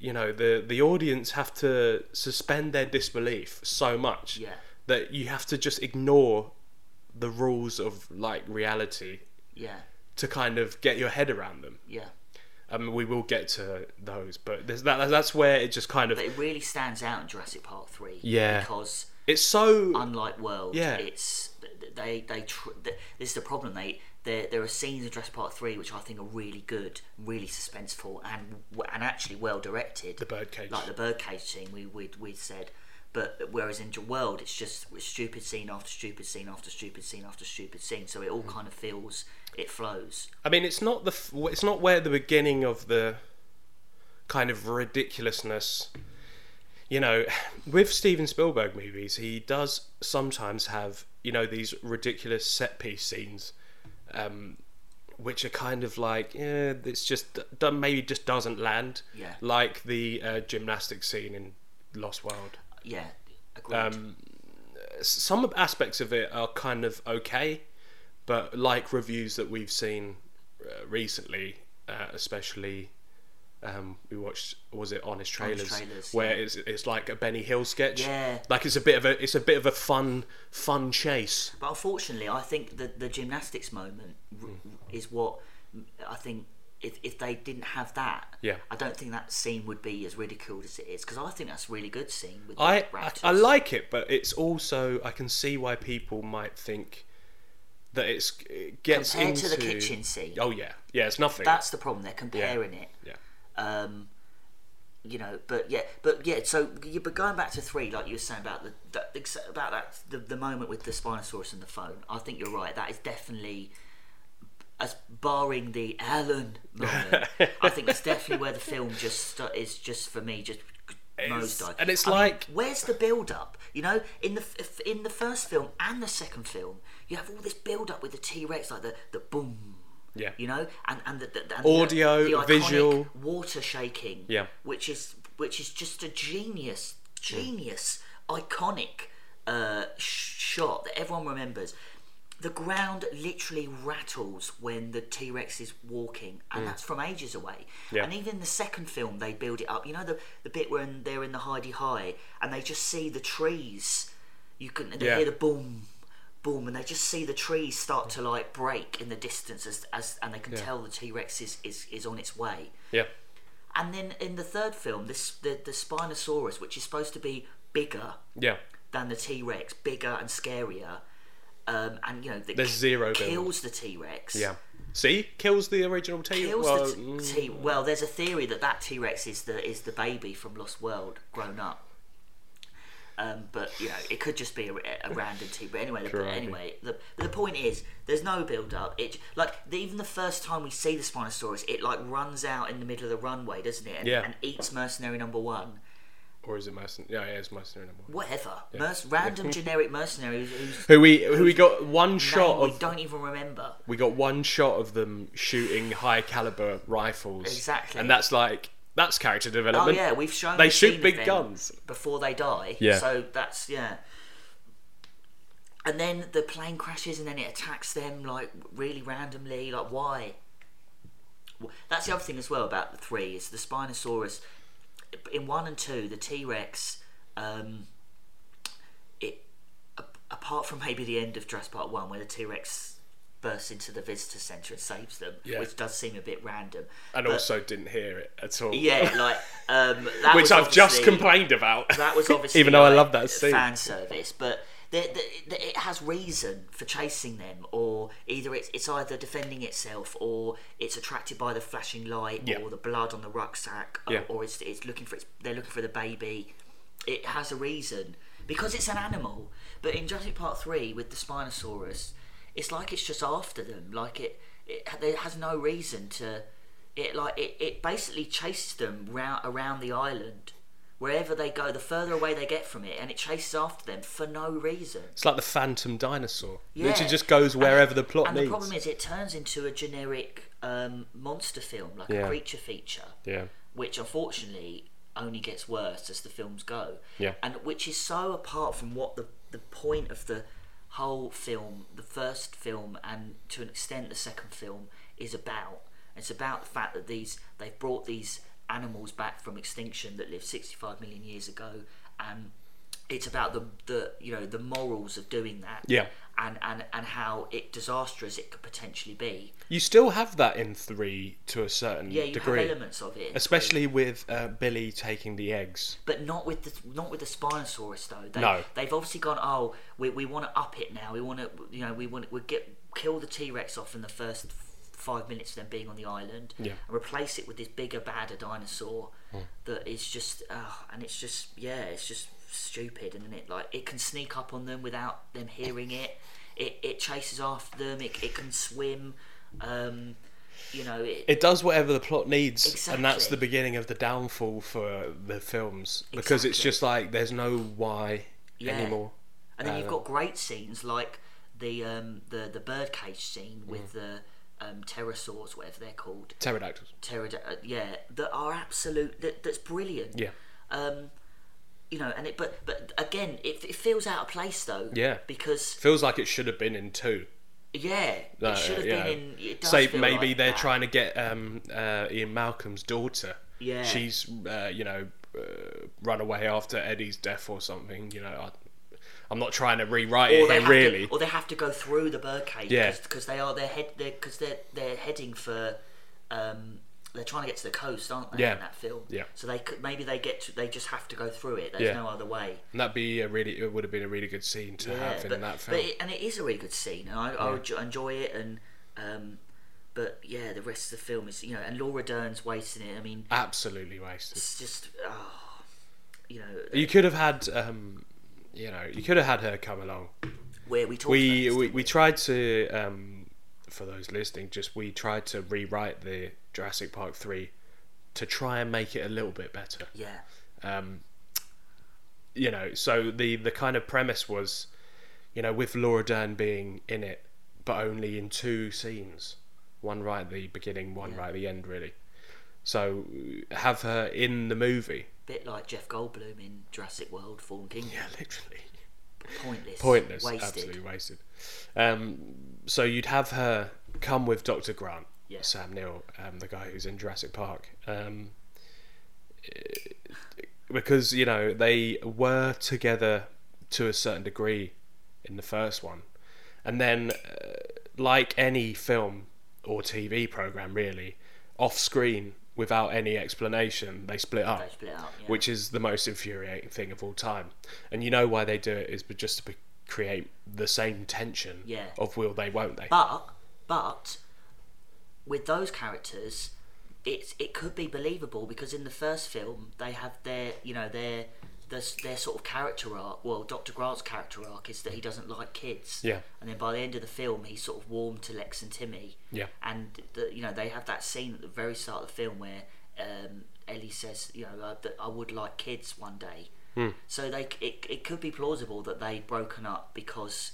Speaker 1: you know, the the audience have to suspend their disbelief so much
Speaker 2: Yeah.
Speaker 1: that you have to just ignore the rules of like reality
Speaker 2: Yeah,
Speaker 1: to kind of get your head around them.
Speaker 2: yeah.
Speaker 1: I mean, we will get to those, but there's that that's where it just kind of
Speaker 2: But it really stands out in Jurassic Park Three.
Speaker 1: Yeah.
Speaker 2: Because
Speaker 1: it's so
Speaker 2: unlike World,
Speaker 1: Yeah.
Speaker 2: it's they they tr- th- this is the problem. They there there are scenes in Jurassic Park Three which I think are really good, really suspenseful, and w- and actually well directed.
Speaker 1: the birdcage.
Speaker 2: like the birdcage scene we we we said. But whereas in World, it's just stupid scene after stupid scene after stupid scene after stupid scene. So it
Speaker 1: Hmm.
Speaker 2: all kind of feels it flows.
Speaker 1: I mean, it's not the f- it's not where the beginning of the kind of ridiculousness. You know, with Steven Spielberg movies, he does sometimes have you know these ridiculous set piece scenes, um, which are kind of like yeah, it's just d- maybe just doesn't land.
Speaker 2: Yeah.
Speaker 1: Like the uh, gymnastics scene in Lost World.
Speaker 2: Yeah, agreed.
Speaker 1: Um, S- Some aspects of it are kind of okay, but like reviews that we've seen uh, recently, uh, especially um, we watched was it Honest Trailers,
Speaker 2: Trailers,
Speaker 1: where it's it's like a Benny Hill sketch.
Speaker 2: Yeah.
Speaker 1: like it's a bit of a it's a bit of a fun fun chase.
Speaker 2: But unfortunately, I think the the gymnastics moment r-
Speaker 1: Hmm.
Speaker 2: is what mm, I think. If, if they didn't have that,
Speaker 1: Yeah.
Speaker 2: I don't think that scene would be as ridiculed as it is because I think that's a really good scene with the
Speaker 1: I, I
Speaker 2: raptors.
Speaker 1: I like it, but it's also I can see why people might think that it's it gets
Speaker 2: compared
Speaker 1: into
Speaker 2: to the kitchen scene.
Speaker 1: Oh yeah, yeah, it's nothing.
Speaker 2: That's the problem. They're comparing it.
Speaker 1: yeah.
Speaker 2: um, you know, but yeah, but yeah. So, you- but going back to three, like you were saying about the, that ex- about that the, the moment with the Spinosaurus and the phone. I think you're right. That is definitely, as barring the Alan moment, I think that's definitely where the film just st- is just for me just nose dive.
Speaker 1: and it's
Speaker 2: I mean,
Speaker 1: like-
Speaker 2: where's the build up? You know, in the f- in the first film and the second film, you have all this build up with the T Rex, like the the boom.
Speaker 1: Yeah.
Speaker 2: You know, and and the, the, and
Speaker 1: Audio,
Speaker 2: the, the iconic
Speaker 1: visual.
Speaker 2: water shaking.
Speaker 1: Yeah.
Speaker 2: Which is which is just a genius, genius, iconic uh, sh- shot that everyone remembers. The ground literally rattles when the T Rex is walking, and that's from ages away.
Speaker 1: Mm. Yeah.
Speaker 2: And even in the second film, they build it up. You know the the bit where in, they're in the Heidi High, and they just see the trees. You can and they
Speaker 1: Yeah.
Speaker 2: hear the boom, boom, and they just see the trees start to like break in the distance as, as and they can tell the T Rex is, is is on its way.
Speaker 1: yeah.
Speaker 2: And then in the third film, this the, the Spinosaurus, which is supposed to be bigger
Speaker 1: Yeah.
Speaker 2: than the T Rex, bigger and scarier, um, and you know that
Speaker 1: There's zero build.
Speaker 2: kills the T Rex.
Speaker 1: Yeah. See, kills the original T.
Speaker 2: Kills
Speaker 1: Well, mm.
Speaker 2: the t- T. Well, there's a theory that that T Rex is the is the baby from Lost World grown up. Um, but you know, it could just be a, a random T. But anyway, the,
Speaker 1: Crikey.
Speaker 2: anyway, the the point is, there's no build up. It like the, even the first time we see the Spinosaurus, it like runs out in the middle of the runway, doesn't it? And,
Speaker 1: Yeah.
Speaker 2: and eats mercenary number one.
Speaker 1: or is it Mercen? Yeah, yeah, it's mercenary number one.
Speaker 2: Whatever. Merc- random generic mercenary whose
Speaker 1: Who we who we got one shot
Speaker 2: name we
Speaker 1: of?
Speaker 2: don't even remember.
Speaker 1: We got one shot of them shooting high caliber rifles.
Speaker 2: Exactly.
Speaker 1: And that's like that's character
Speaker 2: Oh
Speaker 1: development.
Speaker 2: yeah, we've shown
Speaker 1: They
Speaker 2: the
Speaker 1: shoot
Speaker 2: scene of
Speaker 1: big
Speaker 2: them
Speaker 1: guns.
Speaker 2: before they die.
Speaker 1: Yeah.
Speaker 2: So that's yeah. And then the plane crashes, and then it attacks them like really randomly. Like why? W- That's the other thing as well about the three is the Spinosaurus. In one and two, the T Rex. Um, it a- apart from maybe the end of Jurassic Park one, where the T Rex bursts into the visitor centre and saves them,
Speaker 1: Yeah.
Speaker 2: which does seem a bit random.
Speaker 1: and
Speaker 2: But,
Speaker 1: also didn't hear it at all.
Speaker 2: yeah, like um, that was
Speaker 1: which I've just
Speaker 2: obviously-
Speaker 1: complained about.
Speaker 2: That was obviously
Speaker 1: even though I
Speaker 2: like,
Speaker 1: love that scene.
Speaker 2: fan service, but the, the, the, it has reason for chasing them, or either it's, it's either defending itself, or it's attracted by the flashing light,
Speaker 1: Yeah.
Speaker 2: or the blood on the rucksack, or,
Speaker 1: Yeah.
Speaker 2: or it's, it's looking for its, they're looking for the baby. It has a reason because it's an animal. But in Jurassic Park three with the Spinosaurus, it's like it's just after them. Like it, it, it has no reason to. It like it, it basically chased them round, around the island wherever they go, the further away they get from it, and it chases after them for no reason.
Speaker 1: It's like the phantom dinosaur.
Speaker 2: Yeah.
Speaker 1: Literally just goes wherever the plot
Speaker 2: and
Speaker 1: leads.
Speaker 2: the problem is, it turns into a generic um, monster film, like
Speaker 1: Yeah.
Speaker 2: a creature feature,
Speaker 1: yeah.
Speaker 2: which unfortunately only gets worse as the films go.
Speaker 1: Yeah.
Speaker 2: And which is so apart from what the, the point of the whole film, the first film, and to an extent the second film, is about. It's about the fact that these they've brought these animals back from extinction that lived 65 million years ago, and it's about the, the you know the morals of doing that.
Speaker 1: Yeah.
Speaker 2: And, and, and how it disastrous it could potentially be.
Speaker 1: You still have that in three to a certain
Speaker 2: Yeah, you
Speaker 1: degree.
Speaker 2: have elements of it, in three.
Speaker 1: Especially with uh, Billy taking the eggs.
Speaker 2: But not with the not with the Spinosaurus though. They,
Speaker 1: No.
Speaker 2: They've obviously gone. Oh, we, we want to up it now. We want to you know we want we get kill the T Rex off in the first f- five minutes of them being on the island.
Speaker 1: Yeah. Hmm.
Speaker 2: And replace it with this bigger badder dinosaur that is just oh, and it's just yeah it's just stupid and it like it can sneak up on them without them hearing it. It it chases after them. It it can swim. Um, you know it.
Speaker 1: It does whatever the plot needs, and that's
Speaker 2: Exactly.
Speaker 1: the beginning of the downfall for the films because it's
Speaker 2: Exactly.
Speaker 1: just like there's no why
Speaker 2: Yeah.
Speaker 1: anymore.
Speaker 2: And then you've got great scenes like the um, the the birdcage scene with the um, pterosaurs, whatever they're called,
Speaker 1: Pterodactyls.
Speaker 2: pterod- uh, yeah, that are absolute. That, that's brilliant.
Speaker 1: Yeah.
Speaker 2: Um, you know, and it but but again, it, it feels out of place though.
Speaker 1: Yeah.
Speaker 2: Because
Speaker 1: Feels like it should have been in two.
Speaker 2: yeah,
Speaker 1: Uh,
Speaker 2: it should have
Speaker 1: yeah.
Speaker 2: been in. It does
Speaker 1: Say
Speaker 2: feel
Speaker 1: maybe
Speaker 2: like
Speaker 1: they're
Speaker 2: that.
Speaker 1: trying to get um, uh, Ian Malcolm's daughter.
Speaker 2: Yeah.
Speaker 1: she's uh, you know uh, run away after Eddie's death or something. You know, I, I'm not trying to rewrite
Speaker 2: Or
Speaker 1: it
Speaker 2: they
Speaker 1: here
Speaker 2: have
Speaker 1: really.
Speaker 2: to, or they have to go through the birdcage.
Speaker 1: Yeah.
Speaker 2: Because they are they're head they're because they're they're heading for. Um, they're trying to get to the coast, aren't they?
Speaker 1: Yeah.
Speaker 2: In that film.
Speaker 1: Yeah.
Speaker 2: So they could maybe they get to, they just have to go through it. There's
Speaker 1: Yeah.
Speaker 2: no other way.
Speaker 1: and that'd be a really it would have been a really good scene to have in
Speaker 2: but,
Speaker 1: that
Speaker 2: but
Speaker 1: film.
Speaker 2: it, and it is a really good scene, and I, I would jo- enjoy it. And um, but yeah, the rest of the film is you know, and Laura Dern's wasting it. I mean,
Speaker 1: Absolutely wasted.
Speaker 2: it's just oh, you know,
Speaker 1: You could have had um, you know you could have had her come along.
Speaker 2: where we talk.
Speaker 1: we, we we tried to um, for those listening just we tried to rewrite the Jurassic Park 3 to try and make it a little bit better
Speaker 2: yeah,
Speaker 1: um, you know so the the kind of premise was you know with Laura Dern being in it but only in two scenes one right at the beginning one right at the end really so have her in the movie
Speaker 2: bit like Jeff Goldblum in Jurassic World: Fallen Kingdom.
Speaker 1: yeah literally
Speaker 2: Pointless.
Speaker 1: pointless,
Speaker 2: Wasted.
Speaker 1: absolutely wasted. Um, so you'd have her come with Doctor Grant,
Speaker 2: Yeah.
Speaker 1: Sam Neill, um, the guy who's in Jurassic Park, um, because you know they were together to a certain degree in the first one, and then uh, like any film or TV program, really, off screen without any explanation, they split up
Speaker 2: They split up. Yeah.
Speaker 1: which is the most infuriating thing of all time. And you know why they do it is be- just to be- create the same tension
Speaker 2: Yeah.
Speaker 1: of will they, won't they?
Speaker 2: But but with those characters, it's it could be believable because in the first film they have their you know their their, their sort of character arc. Well, Doctor Grant's character arc is that he doesn't like kids.
Speaker 1: Yeah.
Speaker 2: And then by the end of the film, he's sort of warmed to Lex and Timmy.
Speaker 1: Yeah.
Speaker 2: And the, you know they have that scene at the very start of the film where um, Ellie says, you know, uh, that I would like kids one day.
Speaker 1: Hmm.
Speaker 2: So they c- it, it could be plausible that they'd broken up because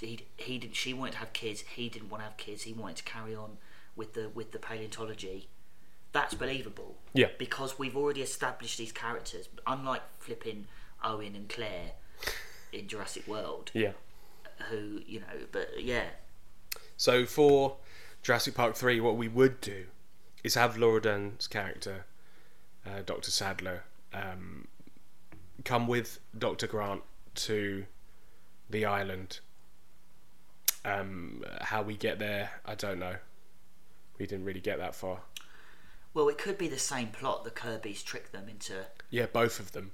Speaker 2: he he didn't she wanted to have kids he didn't want to have kids he wanted to carry on with the with the paleontology that's believable
Speaker 1: Yeah.
Speaker 2: because we've already established these characters unlike flipping Owen and Claire in Jurassic World
Speaker 1: yeah.
Speaker 2: who you know but yeah
Speaker 1: So for Jurassic Park 3, what we would do is have Laura Dern's character, uh, Dr. Sadler, um, come with Dr. Grant to the island Um, how we get there, I don't know. We didn't really get that far.
Speaker 2: Well, it could be the same plot. The Kirby's tricked them into
Speaker 1: Yeah, both of them.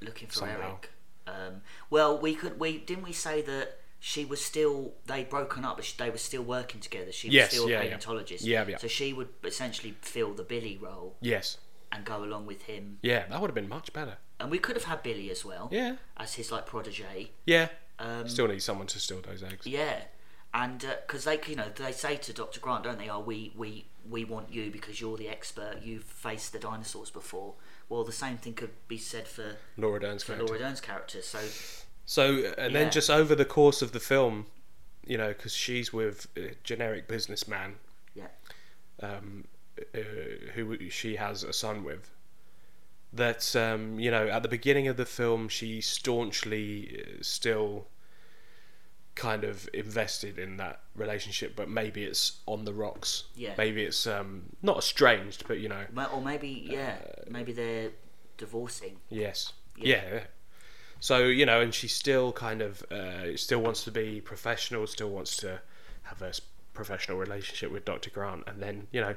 Speaker 2: looking for
Speaker 1: Somehow.
Speaker 2: Eric. Um, well, we could. We didn't we say that she was still they broken up, but she, they were still working together. She was
Speaker 1: Yes,
Speaker 2: still
Speaker 1: yeah,
Speaker 2: a
Speaker 1: yeah.
Speaker 2: paleontologist.
Speaker 1: Yeah, yeah.
Speaker 2: So she would essentially fill the Billy role
Speaker 1: Yes.
Speaker 2: and go along with him.
Speaker 1: Yeah, that would have been much better.
Speaker 2: And we could have had Billy as well.
Speaker 1: Yeah.
Speaker 2: As his like protege.
Speaker 1: Yeah.
Speaker 2: Um,
Speaker 1: Still need someone to steal those eggs.
Speaker 2: Yeah, and because they, you know, they say to Doctor Grant, don't they? Oh, we, we, we want you because you're the expert. You've faced the dinosaurs before. Well, the same thing could be said for,
Speaker 1: Laura Dern's
Speaker 2: for
Speaker 1: character.
Speaker 2: Laura Dern's character. So
Speaker 1: So, uh, and
Speaker 2: Yeah.
Speaker 1: then just over the course of the film, you know, because she's with a generic businessman
Speaker 2: yeah,
Speaker 1: um, uh, who she has a son with. That um, you know, at the beginning of the film, she staunchly uh, still kind of invested in that relationship, but maybe it's on the rocks.
Speaker 2: Yeah.
Speaker 1: Maybe it's um, not estranged, but you know,
Speaker 2: Ma- or maybe yeah, maybe they're divorcing.
Speaker 1: Yes.
Speaker 2: Yeah.
Speaker 1: Yeah. yeah. So you know, and she still kind of uh, still wants to be professional, still wants to have a s- professional relationship with Doctor Grant, and then you know,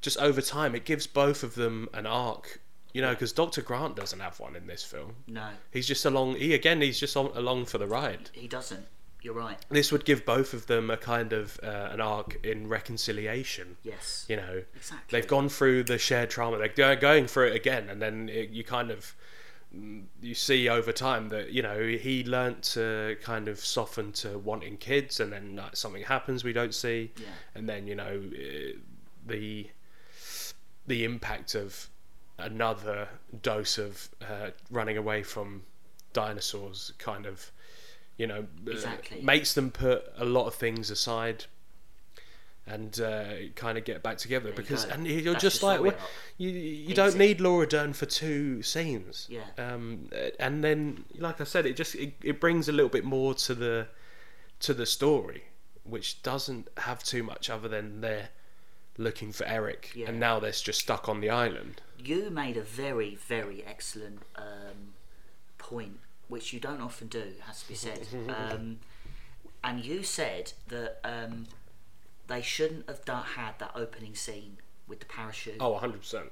Speaker 1: just over time, it gives both of them an arc. You know, because Doctor Grant doesn't have one in this film.
Speaker 2: No,
Speaker 1: He's just along. He again, he's just on, along for the ride.
Speaker 2: he doesn't. You're right.
Speaker 1: This would give both of them a kind of uh, an arc in reconciliation.
Speaker 2: Yes.
Speaker 1: You know,
Speaker 2: Exactly.
Speaker 1: they've gone through the shared trauma they're go- going through it again and then it, you kind of mm, you see over time that you know he learnt to kind of soften to wanting kids and then like, something happens we don't see
Speaker 2: Yeah.
Speaker 1: and then you know eh, the the impact of another dose of uh, running away from dinosaurs kind of you know uh,
Speaker 2: Exactly.
Speaker 1: makes them put a lot of things aside and uh, kind of get back together
Speaker 2: you
Speaker 1: because
Speaker 2: go.
Speaker 1: and you're
Speaker 2: That's
Speaker 1: just,
Speaker 2: just
Speaker 1: like
Speaker 2: what we
Speaker 1: "Well,
Speaker 2: are."
Speaker 1: you you don't
Speaker 2: Easy.
Speaker 1: need Laura Dern for two scenes
Speaker 2: Yeah.
Speaker 1: um and then like I said it just it, it brings a little bit more to the to the story which doesn't have too much other than they're looking for Eric
Speaker 2: Yeah.
Speaker 1: and now they're just stuck on the island
Speaker 2: you made a very, very excellent um, point, which you don't often do, has to be said. um, and you said that um, they shouldn't have done, had that opening scene with the parachute.
Speaker 1: oh 100%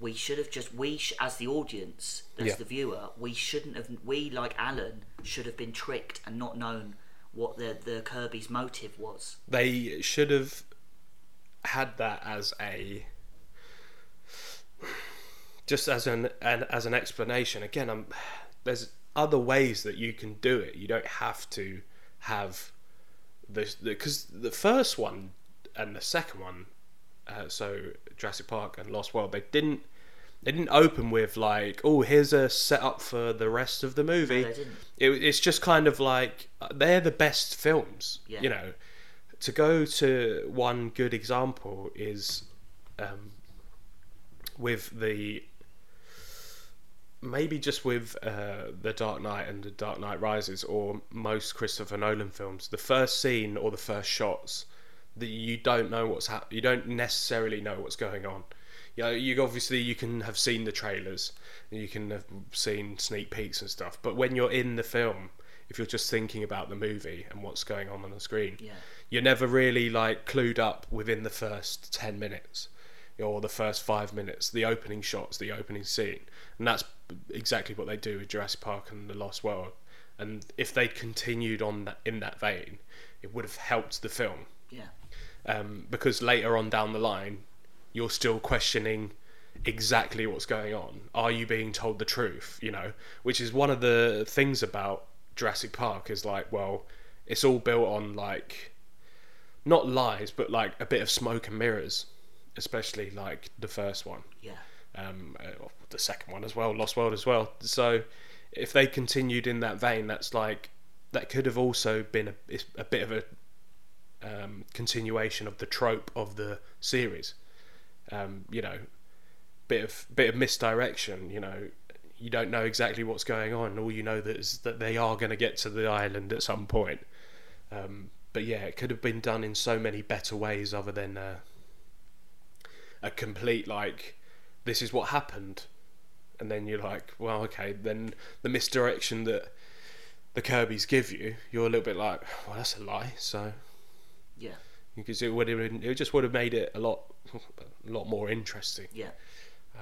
Speaker 2: We should have just we sh- as the audience, as
Speaker 1: Yeah.
Speaker 2: the viewer, we shouldn't have. We like Alan should have been tricked and not known what the the Kirby's motive was.
Speaker 1: they should have had that as a just as an, an as an explanation again I'm, there's other ways that you can do it you don't have to have this because the, first one and the second one uh, so Jurassic Park and Lost World they didn't they didn't open with like oh here's a setup for the rest of the movie
Speaker 2: No, they didn't.
Speaker 1: It, it's just kind of like uh, they're the best films
Speaker 2: Yeah.
Speaker 1: you know to go to one good example is um, with the maybe just with uh, the Dark Knight and the Dark Knight Rises or most Christopher Nolan films, the first scene or the first shots that you don't know what's hap- you don't necessarily know what's going on. You know, you obviously you can have seen the trailers, and you can have seen sneak peeks and stuff, but when you're in the film, if you're just thinking about the movie and what's going on on the screen,
Speaker 2: Yeah.
Speaker 1: you're never really like clued up within the first 10 minutes or the first five minutes, the opening shots, the opening scene. And that's exactly what they do with Jurassic Park and The Lost World. And if they continued on that, in that vein, it would have helped the film.
Speaker 2: Yeah,
Speaker 1: Um, because later on down the line, you're still questioning exactly what's going on. Are you being told the truth? You know, which is one of the things about Jurassic Park is like, well, it's all built on like not lies, but like a bit of smoke and mirrors, especially like the first one
Speaker 2: yeah,
Speaker 1: um, uh, well, the second one as well, Lost World as well. So if they continued in that vein, that's like that could have also been a, it's a bit of a um, continuation of the trope of the series. Um, you know, bit of bit of misdirection. You know, you don't know exactly what's going on. All you know that is that they are going to get to the island at some point. Um, but yeah, it could have been done in so many better ways, other than uh, a complete like this is what happened and then you're like well okay then the misdirection that the Kirby's give you, you're a little bit like, well, that's a lie. So
Speaker 2: Yeah,
Speaker 1: because it would have been, it just would have made it a lot, a lot more interesting.
Speaker 2: yeah,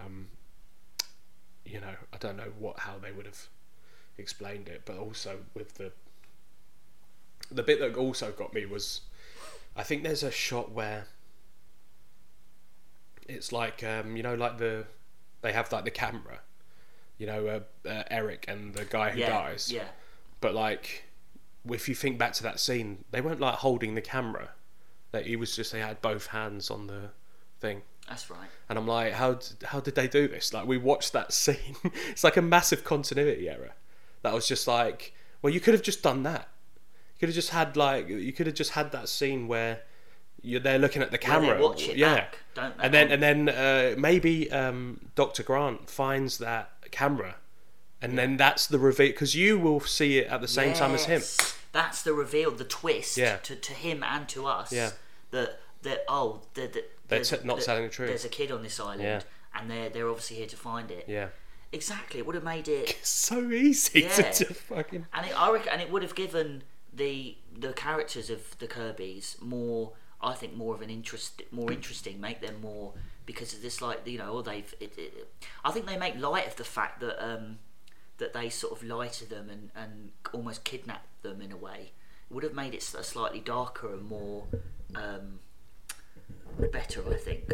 Speaker 1: Um, you know, I don't know what how they would have explained it, but also with the the bit that also got me was, I think there's a shot where it's like um, you know, like the they have like the camera, you know, uh, uh, Eric and the guy who
Speaker 2: yeah,
Speaker 1: dies,
Speaker 2: yeah,
Speaker 1: but like if you think back to that scene they weren't like holding the camera like he was just they had both hands on the thing
Speaker 2: that's right.
Speaker 1: and i'm like how d- how did they do this like we watched that scene it's like a massive continuity error that was just like well you could have just done that you could have just had like you could have just had that scene where you're there looking at the
Speaker 2: Where they
Speaker 1: camera
Speaker 2: watch it
Speaker 1: yeah
Speaker 2: back, don't they?
Speaker 1: and then and then uh, maybe um, Dr. Grant finds that camera, and then that's the reveal because you will see it at the same time as him.
Speaker 2: Yes. That's the reveal, the twist
Speaker 1: Yeah.
Speaker 2: to, to him and to us.
Speaker 1: Yeah.
Speaker 2: That that oh that, that there's-
Speaker 1: t- not
Speaker 2: that
Speaker 1: telling the truth.
Speaker 2: There's a kid on this island,
Speaker 1: Yeah.
Speaker 2: and they're they're obviously here to find it.
Speaker 1: Yeah,
Speaker 2: Exactly. It would have made it,
Speaker 1: so easy to
Speaker 2: Yeah.
Speaker 1: just fucking
Speaker 2: and it, I reckon, and it would have given the the characters of the Kirby's more. I think more of an interest, more interesting, make them more because of this, like you know, or they've. It, it, I think they make light of the fact that um, that they sort of lie to them and, and almost kidnap them in a way would have made it s- slightly darker and more um, better I think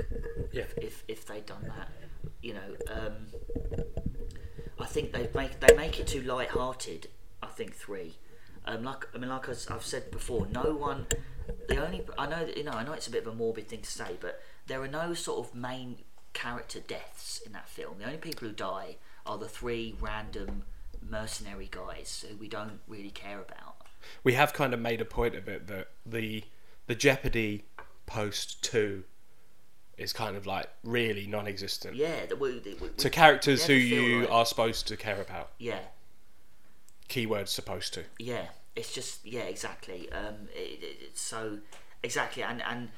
Speaker 1: Yeah.
Speaker 2: if, if they'd done that you know um, I think they make they make it too light-hearted I think three um, like I mean like I s- I've said before no one the only I know you know I know it's a bit of a morbid thing to say but there are no sort of main character deaths in that film the only people who die are the three random mercenary guys who we don't really care about
Speaker 1: we have kind of made a point of it that the the Jeopardy post two is kind of like really non-existent
Speaker 2: Yeah, the, we, the, we,
Speaker 1: to characters
Speaker 2: yeah,
Speaker 1: who
Speaker 2: I feel
Speaker 1: you
Speaker 2: like-
Speaker 1: are supposed to care about.
Speaker 2: yeah,
Speaker 1: Keyword supposed to.
Speaker 2: yeah. It's just yeah, exactly. Um, it, it, it's so exactly, and and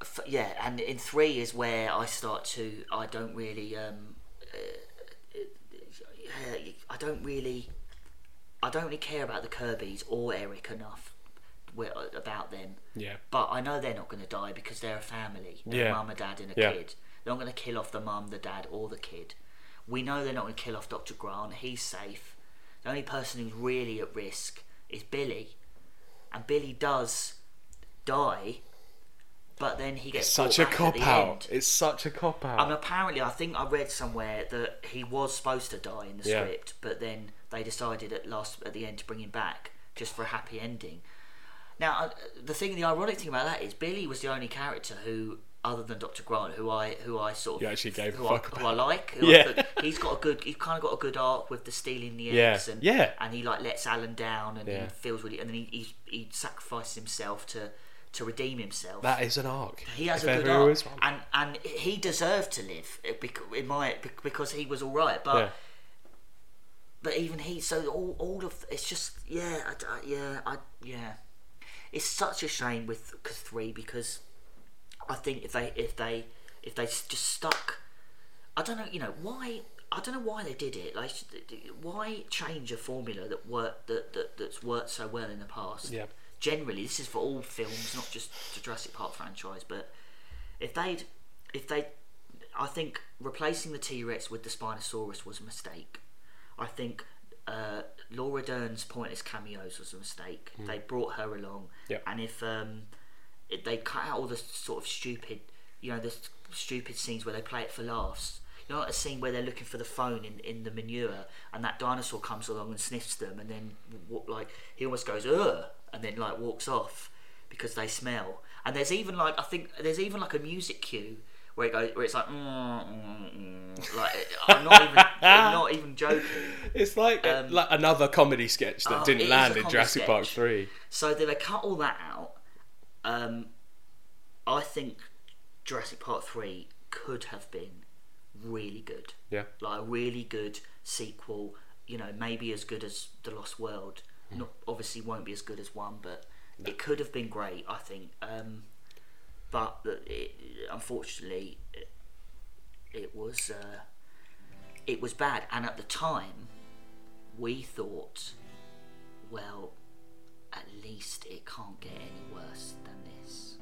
Speaker 2: f- yeah, and in three is where I start to I don't really um, uh, I don't really I don't really care about the Kirby's or Eric enough wi- about them.
Speaker 1: Yeah,
Speaker 2: But I know they're not going to die because they're a family. They're
Speaker 1: Yeah.
Speaker 2: a mum, a dad, and a
Speaker 1: Yeah.
Speaker 2: kid. They're not going to kill off the mum, the dad, or the kid. We know they're not going to kill off Dr. Grant. He's safe. The only person who's really at risk is Billy. And Billy does die, but then he gets
Speaker 1: such a
Speaker 2: brought back at
Speaker 1: cop
Speaker 2: the
Speaker 1: out.
Speaker 2: end.
Speaker 1: It's such a cop out.
Speaker 2: And apparently, I think I read somewhere that he was supposed to die in the
Speaker 1: Yeah.
Speaker 2: script, but then they decided at last at the end to bring him back just for a happy ending. Now, I- the thing, the ironic thing about that is Billy was the only character who, other than Doctor Grant, who I who I sort of
Speaker 1: You actually gave a
Speaker 2: who,
Speaker 1: fuck
Speaker 2: I, who I like. Who I
Speaker 1: Yeah.
Speaker 2: think- he's got a good. He's kind of got a good arc with the stealing the
Speaker 1: Yeah.
Speaker 2: eggs and
Speaker 1: Yeah.
Speaker 2: and he like lets Alan down and
Speaker 1: Yeah.
Speaker 2: he feels really and then he, he he sacrifices himself to to redeem himself.
Speaker 1: that is an arc.
Speaker 2: He has
Speaker 1: if
Speaker 2: a
Speaker 1: ever
Speaker 2: good
Speaker 1: there
Speaker 2: arc,
Speaker 1: is one.
Speaker 2: and and he deserved to live eh, bec- in my bec- because he was all right. But
Speaker 1: Yeah.
Speaker 2: but even he, so all all of it's just yeah, I d- I, yeah, I yeah. It's such a shame with c- three because I think if they if they if they s- just stuck, I don't know, you know why. I don't know why they did it. Like, sh- d- d- why change a formula that worked that, that that's worked so well in the past?
Speaker 1: Yeah.
Speaker 2: Generally, this is for all films, not just the Jurassic Park franchise. But if they'd if they I think replacing the T Rex with the Spinosaurus was a mistake. I think uh, Laura Dern's pointless cameos was a mistake. They brought her along,
Speaker 1: Yep.
Speaker 2: and if um, it- they cut out all the sort of stupid, you know, the s- stupid scenes where they play it for laughs. You know, like a scene where they're looking for the phone in, in the manure, and that dinosaur comes along and sniffs them, and then w- like he almost goes ugh, and then like walks off because they smell. And there's even like I think there's even like a music cue where it goes where it's like mm, mm, mm, like I'm not even I'm not even joking.
Speaker 1: It's like, like another comedy sketch that
Speaker 2: Um, oh, it
Speaker 1: didn't
Speaker 2: is
Speaker 1: land
Speaker 2: a
Speaker 1: in
Speaker 2: comedy
Speaker 1: Jurassic Park
Speaker 2: sketch.
Speaker 1: 3.
Speaker 2: So they, they cut all that out. Um, I think Jurassic Park 3 could have been really good.
Speaker 1: Yeah.
Speaker 2: Like a really good sequel, you know, maybe as good as The Lost World. Not Obviously, won't be as good as one, but it could have been great, I think. Um, but it, unfortunately, it, it was. Uh, it was bad, and at the time, we thought well, at least it can't get any worse than this.